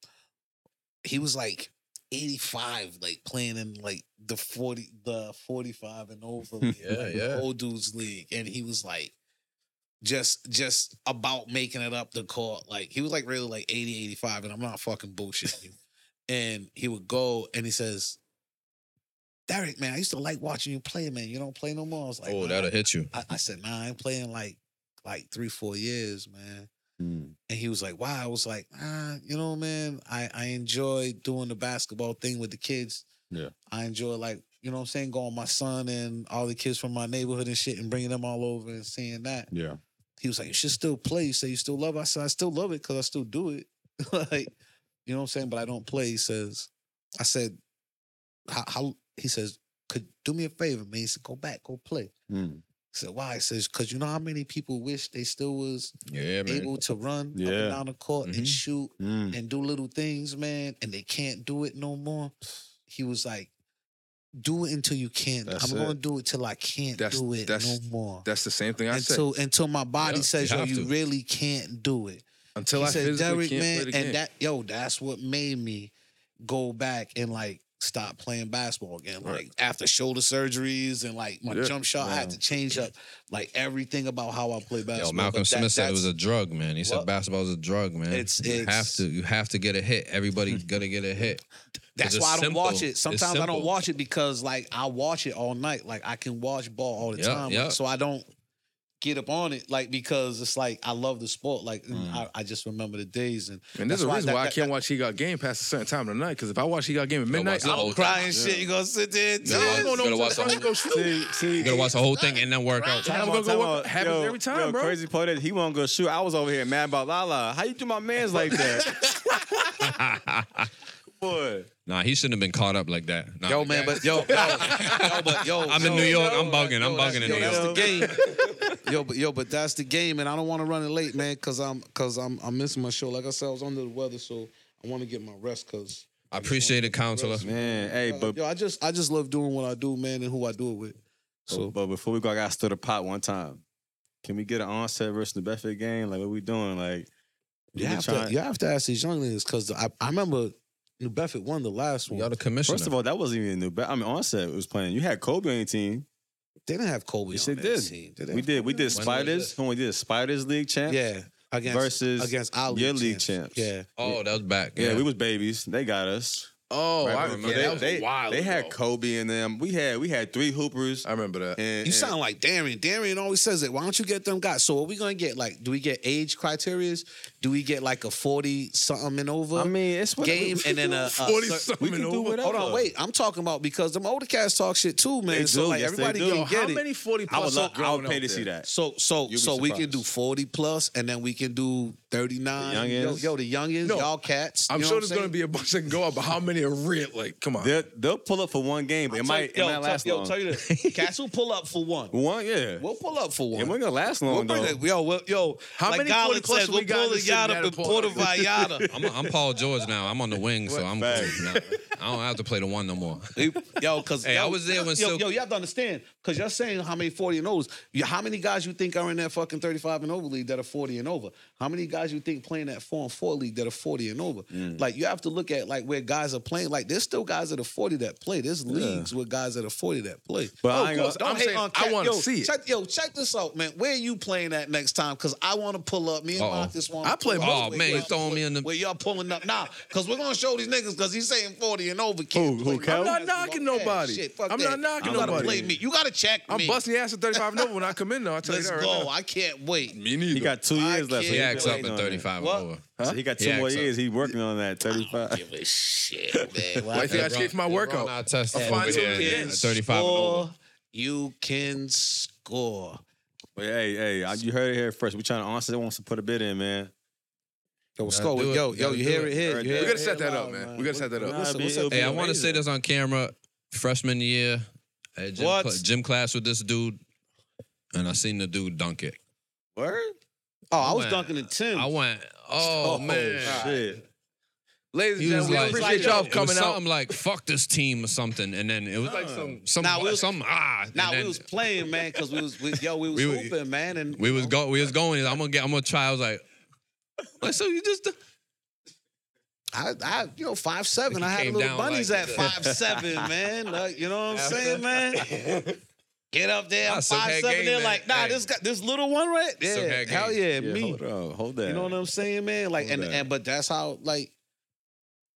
he was like 85, like playing in like the 40, the 45 and over, league, Yeah, like, yeah. old dudes league, and he was like. Just, just about making it up the court. Like he was like really like 80, 85, and I'm not fucking bullshitting you. And he would go and he says, "Derek, man, I used to like watching you play, man. You don't play no more." I was like, oh, "Nah, that'll hit you. I, I said, nah, I ain't playing like like three, four years, man. And he was like, wow. I was like, ah, you know, man, I, I enjoy doing the basketball thing with the kids. Yeah. I enjoy like, you know what I'm saying, going my son and all the kids from my neighborhood and shit and bringing them all over and seeing that. Yeah. He was like, you should still play. You say you still love it. I said, I still love it because I still do it. like, you know what I'm saying? But I don't play. He says, I said, how, how he says, could do me a favor, man. He said, go back, go play. Mm-hmm. Mm. I said, why? He says, because you know how many people wish they still was Yeah, man. able to run up Yeah. and down the court Mhm. and shoot Mm. and do little things, man, and they can't do it no more. He was like, do it until you can't. That's I'm it. going to do it till I can't That's- do it that's- no more. That's the same thing I said. Until until my body Yeah, says, you yo, have you to. really can't do it. Until He I said, physically "Derek, can't play the game. and that yo, that's what made me go back and like stop playing basketball again. Like Right. after shoulder surgeries and like my Yeah. jump shot, I had to change up like everything about how I play basketball. Yo, But Malcolm that- Smith said it was a that's- drug, man. He Well, said basketball is a drug, man. it's- you have it's- to you have to get a hit. Everybody's gonna get a hit. That's it's why I don't watch simple. it. It's Sometimes I don't simple. watch it because like I watch it all night. Like I can watch ball all the Yeah, time. yeah. So I don't get up on it, like because it's like I love the sport. Like and Mm. I, I just remember the days and And there's that's a reason that- why I that- can't watch He Got Game past a certain time of the night. Because if I watch He Got Game at midnight, watch the I'm whole crying shit. You gonna sit there? And Yeah, I tear? I'm was gonna gonna know watch till the time to go shoot. See, see, You gotta watch the whole thing and then work out. Time Time I'm gonna out, time go up. out. Happens Yo, every time, yo, bro. Crazy part that he won't go shoot. I was over here mad about Lala. How you do my man's like that, boy? nah, he shouldn't have been caught up like that. Nah, Yo, like man, that- but yo, yo, yo, but yo, I'm in yo, New York. yo, I'm bugging. I'm yo, that's- bugging in yo, New York. that's the game. yo, but yo, but that's the game, and I don't want to run it late, man, because I'm because I'm I'm missing my show. Like I said, I was under the weather, so I want to get my rest. Because I appreciate it, counselor. Man, hey, but Oh, yo, I just I just love doing what I do, man, and who I do it with. So but before we go, I got to stir the pot one time. Can we get an onset versus the Bedford game? Like, what we doing? Like, you we have trying- to you have to ask these young niggas because I I remember New Bedford won the last one. Y'all the commissioner. First of all, that wasn't even new. But I mean, onset was playing. You had Kobe on your team. They didn't have Kobe. Yes, on they that did. team. We did. We did was spiders. this? When we did spiders league champ. Yeah, against Versus against our your league champs. Yeah, oh, that was back. Yeah, we was babies. They got us. Oh, Right, I I remember remember that. that. was they, a while they had ago. Kobe in them. We had we had three hoopers. I remember that. And, you sound like Darian. Darian always says it. Why don't you get them guys? So what we gonna get? Like, do we get age criterias? Do we get like a forty something and over? I mean, it's what game and uh, then a, a 40 cer- something can do over. whatever. Hold on, wait. I'm talking about because them older cats talk shit too, man. They so do, like yes, they everybody do. can Yo, get How it. many 40 I plus would, love, are I growing would pay out to see there? that. So so be so we can surprised. do 40 plus and then we can do 39. The yo, youngins? yo, the youngins, No, y'all cats. I'm you know sure what there's going to saying? be a bunch that can go up, but how many are real? Like, come on. They'll, they'll pull up for one game, but it I'll might, tell- it yo, might last tell- long. Yo, tell you this. Cats will pull up for one. one, yeah. We'll pull up for one. It wasn't gonna last We'll long bring though. it. Yo, well, yo, How like many Garland 40 plus says, we we'll got pull in the the city yacht now up to in pull Puerto up? Vallarta. I'm, I'm Paul George now. I'm on the wing, so I'm cool. Facts. now. I don't have to play the one no more. yo, because Hey, I was there when yo, Silk- yo, you have to understand because you're saying how many 40 and overs. You, how many guys you think are in that fucking 35 and over league that are 40 and over? How many guys you think playing that four and four league that are 40 and over? Like you have to look at like where guys are playing. Like there's still guys that are 40 that play. There's leagues with guys that are 40 that play. But I of ain't course, gonna- don't I'm hate saying on I Cat. wanna Yo, see it. Check, yo, check this out, man. Where you playing at next time? Because I want to pull up. Me and Uh-oh. Mark just want. I play Oh, man, you throwing me in the- where y'all pulling up now? because we're gonna show these niggas because he's saying 40 and over. Who- Can't who, play. Cal? I'm not knocking Yeah, nobody. shit, fuck I'm that. not knocking You gotta nobody. play me. You gotta check I'm me. busting your ass at 35 and over when I come in, though. I tell Let's you that right go. now. I can't wait. Me neither. He got two I years left. can't He Yeah, acts up waiting at 35 What? and over. So he got two Yeah, more acts up. years. He's working on that. Thirty-five. Give a shit, man. Why you think I escaped my workout? I test I'll over find here some at kids. 35 and over. Score, you can score. But hey, hey, I- you heard it here first. We trying to answer. They wants to put a bid in, man. Yo, Gotta score. do it. Yo, yo, Gotta you do hear it. it here. Heard You that. hear We gotta it set here that up, loud, man. We gotta set that up. Nah, What's it'd be- what's it'll be Hey, I want to amazing. say this on camera. Freshman year, at gym, What? cla- gym class with this dude, and I seen the dude dunk it. Word. Oh, I was went- dunking at Tim. I went, oh, man. shit. Ladies and He was gentlemen, we like, appreciate y'all it for was coming out. something like fuck this team or something, and then it was like some some Nah, we was- some ah. and Now then we was playing, man, because we was we, yo, we was We were- hooping, man, and we was go we was going. I'm gonna get. I'm gonna try. I was like, like so you just I, I, you know, five seven. He I had came little down bunnies like at this. five seven, man. Like, you know what I'm saying, man? Get up there, I I'm still five had seven. game, They're man. like, nah, Hey. this guy, this little one, right? Still Yeah, had hell yeah, Yeah, me. Hold on. Hold that. You know what I'm saying, man? Like, and, Hold that. and but that's how, like,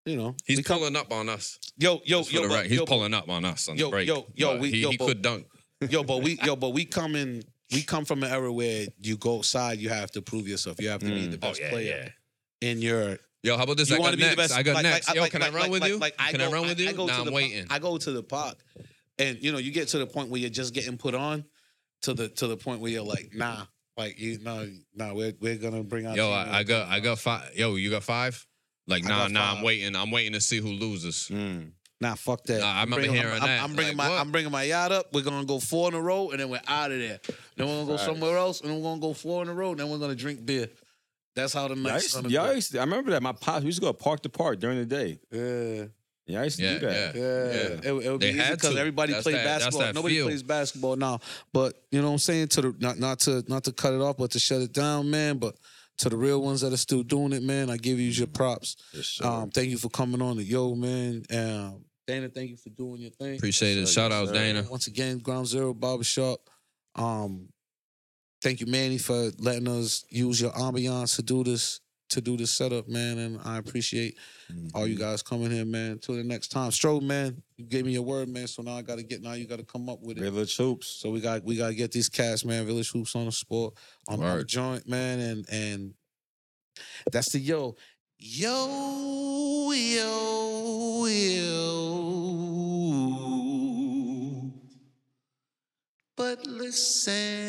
you know, he's we come- pulling up on us. yo, yo, Just for yo, the but- right, he's yo, but- pulling up on us on yo, the break. yo, yo, But we- he, yo, he but- could dunk. yo, but we, yo, but we come in, we come from an era where you go outside, you have to prove yourself, you have to be Mm. the Oh, best player in your Yo, how about this? You I got wanna be the next. best- I got like- next. like- Yo, like- can I like- run with like- you? like Can I go- run with you? I go to Nah, the I'm park- waiting. I go to the park, and you know, you get to the point where you're just getting put on, to the to the point where you're like, nah, like you no, nah, we're we're gonna bring out. Yo, you I, I got I got five. Yo, you got five? Like I nah, got nah. five. I'm waiting. I'm waiting to see who loses. Mm. nah, fuck that. Nah, I remember bringing, hearing I'm, that. I'm bringing Like, my what? I'm bringing my yacht up. We're gonna go four in a row, and then we're out of there. Then we're gonna go Facts. somewhere else, and then we're gonna go four in a row, and then we're gonna drink beer. That's how the Y'all night's used to- gonna y'all go. used to- I remember that. My pops we used to go park to park during the day. Yeah. Yeah, I used to Yeah, do that. yeah. Yeah, it, would- it would They be easy had because to. everybody That's played that- that's basketball. that Nobody feel. plays basketball now, but you know what I'm saying to the not not to not to cut it off, but to shut it down, man. But to the real ones that are still doing it, man, I give you your props. For sure. Um, thank you for coming on the yo, man. Um, Dana, thank you for doing your thing. Appreciate it. Shout outs, sir. Dana. Once again, Ground Zero Barbershop. Um, thank you, Manny, for letting us use your ambiance to do this. to do this setup, man. And I appreciate all you guys coming here, man. Till the next time, Strode, man. You gave me your word, man. So now I got to get. Now you got to come up with it. Village Hoops. So we got we got to get these cats, man. Village hoops on the sport. I'm, I'm Word. joint, man, and and that's the yo, yo, yo, yo. But listen.